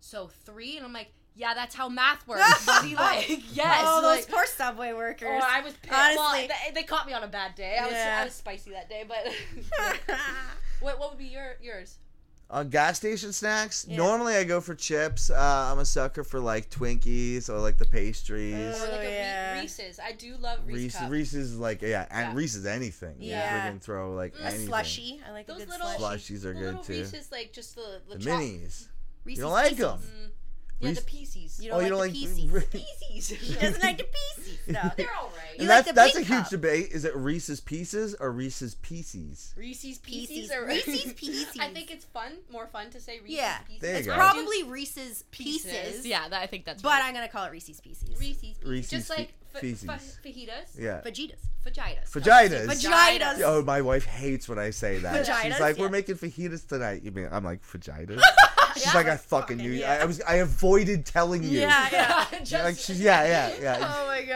"So three? And I'm like, "Yeah, that's how math works." buddy." like, yes.
oh, those
like,
poor Subway workers.
Oh, I was pissed. Well,
Honestly.
they, they caught me on a bad day. I was
Yeah.
I was spicy that day, but what what would be your yours?
on gas station snacks,
Yeah.
normally I go for chips. Uh, I'm a sucker for like Twinkies or like the pastries.
Or
Oh,
like a
yeah.
Re- Reese's. I do love Reese's.
Reese's, Reese's is like yeah, and
Yeah.
Reese's anything.
Yeah. Mm,
you can throw like
a
anything.
slushy. I like a
Those
good
little
slushy.
Slushies are
the
good,
little
too.
Reese's, like just the the,
The
chop-
minis.
Reese's
You don't like
Pieces. Mm.
them?
Yeah, the
Reese-
PCs.
You
Oh,
don't
you
like
don't
the
like-
pieces.
PCs.
She doesn't like the pieces. No.
They're um, all right.
You
And
like
that's
the
that's a
big
huge
cup.
debate. Is it Reese's Pieces or Reese's Pieces?
Reese's
Pieces.
Pieces or
Reese's Pieces.
I think it's fun, more fun to say Reese's
Yeah.
Pieces.
There you
It's
go.
probably Reese's pieces.
Yeah, that, I think that's.
But
But
I'm gonna call it Reese's pieces.
Reese's Pieces,
Reese's
just like
fe-
fa-
feces.
fa- fajitas,
Yeah.
Vegeta's.
fajitas,
Vaginas.
Vagi-
Vaginas.
Oh, my wife hates when I say that. She's
Vaginas,
like,
yeah.
"We're making fajitas tonight." You mean I'm like fajitas? She's like, "I fucking knew. you. I, I was. I avoided telling you."
Yeah, yeah.
Just-
Like she's yeah, yeah, yeah.
oh my god.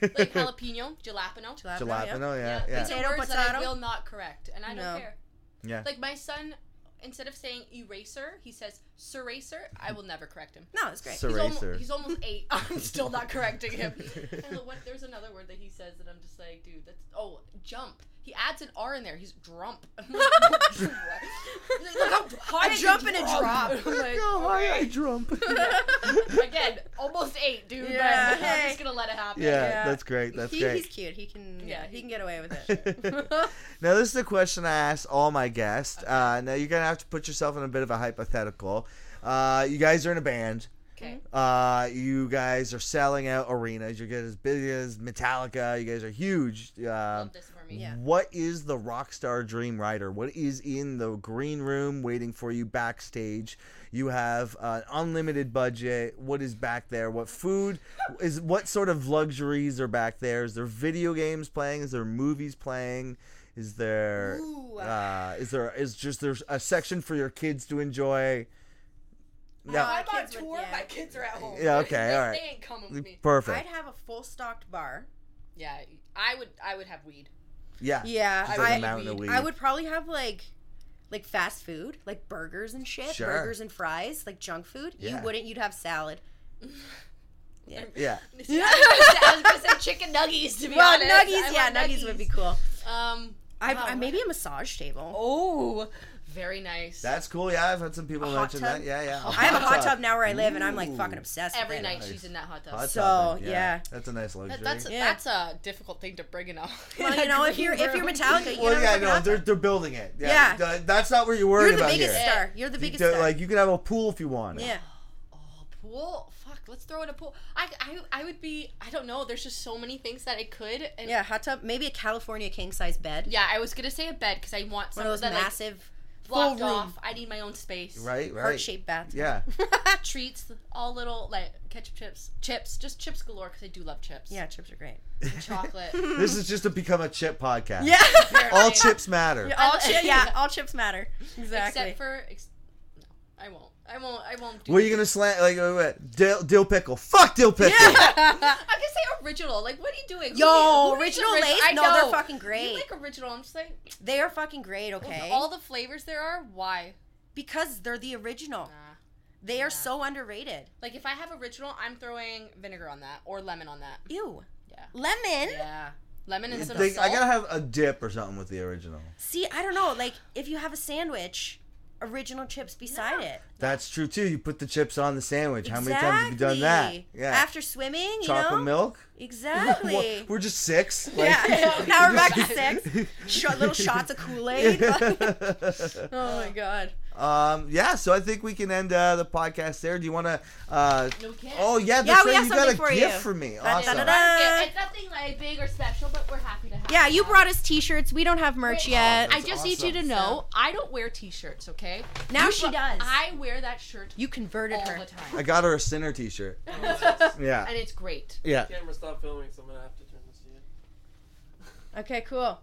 yeah.
like jalapeno, jalapeno.
Jalapeno, yeah, yeah.
These are
Potato,
words that
potato.
I will not correct, and I don't
No.
care.
Yeah.
Like my son, instead of saying eraser, he says seracer. I will never correct him.
No, it's great.
Sir-
He's, almost,
Eraser.
he's almost eight. I'm still not correcting him. And the- what, there's another word that he says that I'm just like, dude, that's oh, jump. He adds an R in there. He's drump. I'm like, what? Look how high I
jump
can
and a drop.
I'm like,
Oh, hi, I drump. yeah,
Again, almost eight, dude.
Yeah,
but I'm, I'm
hey.
just gonna let it happen.
Yeah.
that's great. That's
he,
great.
He's cute. He can. Yeah,
Yeah,
he
he-
can get away with it.
now this is a question I asked all my guests. Uh, now you're gonna have to put yourself in a bit of a hypothetical. Uh, you guys are in a band.
Okay.
Mm-hmm.
Uh, you guys are selling out arenas. You get as big as Metallica. You guys are huge. Uh,
Love this for me.
Yeah.
What is the rock star dream rider? What is in the green room waiting for you backstage? You have an unlimited budget. What is back there? What food is? What sort of luxuries are back there? Is there video games playing? Is there movies playing? Is there?
Ooh. ah.
Uh, is there? Is just there's a section for your kids to enjoy?
No,
Yeah.
I
I'm on
kids would-
tour.
yeah.
My kids are at home.
Yeah. Okay.
They-
All
They
right.
ain't coming with me.
I'd
Mm, Perfect.
have a full stocked bar.
Yeah, I would. I would have weed.
Yeah.
Yeah,
Just
I-
like a mountain of weed.
I would probably have like like fast food, like burgers and shit,
Sure.
burgers and fries, like junk food.
Yeah.
You wouldn't. You'd have salad. Yeah.
Yeah.
Yeah. I was gonna say chicken nuggies to be
Well,
honest.
Uh, nuggies.
I
yeah,
want
nuggies, would be cool.
Um.
I,
wow,
I maybe a massage table.
Oh, very nice.
That's cool. Yeah, I've had some people
A hot
mention that.
tub?
Yeah, yeah.
I have a hot tub now where I live, and I'm like fucking obsessed. with
Every
it.
night
nice.
she's in that hot tub.
Hot
So,
topic,
yeah.
That's a nice luxury.
That- that's a,
Yeah.
that's a difficult thing to bring in a.
Well, you know, if you're if you're Metallica, you
well, yeah,
know,
no, they're, they're building it. Yeah,
Yeah.
th- that's not what you're worried
you're the
about
biggest
here.
star. You're the
You
biggest
do-
star.
like you can have a pool if you want.
yeah.
Oh, pool. Fuck. Let's throw in a pool. I, I I would be. I don't know. There's just so many things that I could. And
Yeah, hot tub, maybe a California king size bed.
Yeah, I was gonna say a bed because I want
One of
something
those
that like,
massive, full
blocked
room,
off. I need my own space.
Right. Right.
heart shaped bath.
Yeah.
Treats, all little like ketchup chips, chips, just chips galore because I do love chips.
Yeah, chips are great.
Chocolate.
this is just a become a chip podcast.
Yeah.
All chips matter.
all chi- yeah, all chips matter. Exactly.
Except for. Ex- no, I won't. I won't. I won't do.
What are you gonna slant? Like wait, wait, dill, dill pickle? Fuck dill pickle.
I'm gonna say original. Like, what are you doing? Who
Yo,
do you- who makes
original
orig-
lace?
I
No, they're
know.
fucking great.
You like original? I'm just like
they are fucking great, okay?
all the flavors there are. Why?
because they're the original.
Nah.
They are so underrated.
Like if I have original, I'm throwing vinegar on that or lemon on that.
Ew.
Yeah.
Lemon?
Yeah. Lemon instead
They-
of
I
salt.
gotta have a dip or something with the original.
See, I don't know. Like, if you have a sandwich, original chips beside
No.
it.
That's true too. You put the chips on the sandwich. How many times have you done that?
Exactly.
Yeah.
After swimming, you
chocolate
know?
milk.
Exactly.
We're just six. Like,
yeah. now we're back to six. Short little shots of Kool-Aid.
oh my god.
Um, yeah, so I think we can end uh, the podcast there. Do you want to? Uh,
No kidding.
oh yeah, that's
Yeah, we
right.
have
You got a
something for
gift
you.
for me.
Da-
Awesome.
da- da- da.
it's nothing like big or special, but we're happy to have.
Uh, Yeah,
it.
you brought us t-shirts. We don't have merch
Wait,
yet.
oh,
I just need you to
awesome.
know I don't wear t-shirts, okay?
now
You
she
brought-
does.
I wear that shirt
you converted
all
her.
the time,
I got her a sinner T-shirt. Yeah,
and it's great.
yeah.
Camera, stop filming, so I'm gonna have to turn this in.
Okay, cool.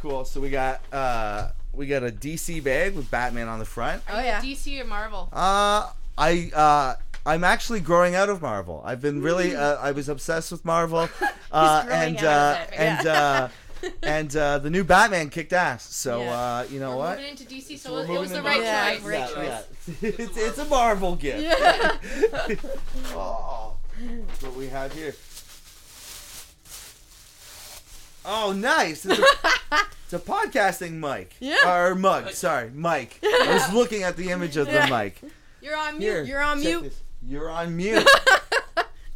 Cool. So we got uh, we got a DC bag with Batman on the front.
Oh yeah.
DC or Marvel?
Uh, I uh, I'm actually growing out of Marvel. I've been really uh, I was obsessed with Marvel, uh,
Mm. growing
and
out
uh,
of it,
and uh, and uh, the new Batman kicked ass. So
Yeah.
uh, you know
We're
what?
moving into DC, so,
We're
it
moving
was the
into
right
Marvel. Yeah.
choice.
Yeah, yeah. It's, it's a Marvel gift. oh, that's what we have here. Oh, nice. It's a, it's a podcasting mic.
Yeah.
Or mug. Sorry, mic. I was looking at the image of the mic.
You're on mute.
Here.
You're on
check
mute.
this. You're on mute.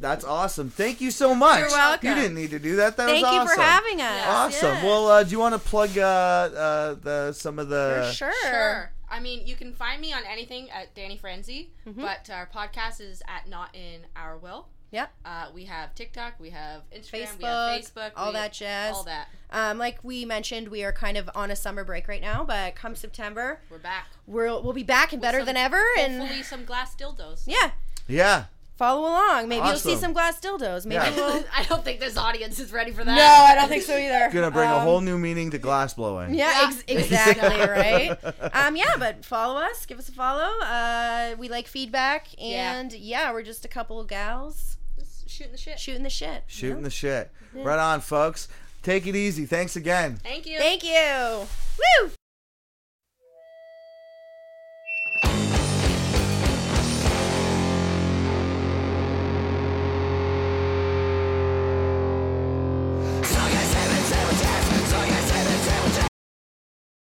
That's awesome. Thank you so much.
You're welcome.
You didn't need to do that. That
Thank
was
you
awesome.
for having us.
Awesome.
Yeah.
Well, uh, do you want to plug uh, uh, the some of the
for sure.
Sure. I mean, you can find me on anything at Danny Frenzy,
Mm-hmm.
but our podcast is at Not In Our Will.
Yep.
Uh, we have TikTok, we have Instagram, we
Facebook,
have Facebook,
all
we-
that jazz.
all that.
Um, like we mentioned, we are kind of on a summer break right now, but come September,
We're back.
we'll we'll be back and better
some-
than ever.
Hopefully,
And
some glass dildos.
yeah,
Yeah.
follow along. Maybe you'll
Awesome.
see some glass dildos. Maybe
Yeah.
we'll.
I don't think this audience is ready for
No,
that.
I don't think so either.
Gonna bring a
Um,
whole new meaning to glass blowing.
Yeah, ex- exactly, right? Um, yeah, but follow us, give us a follow. Uh, we like feedback,
Yeah.
and yeah, we're just a couple of gals
Just shooting the shit.
shooting the shit. you
Shooting
know?
the shit. Right on, folks. Take it easy. Thanks again.
Thank you.
Thank you. Woo!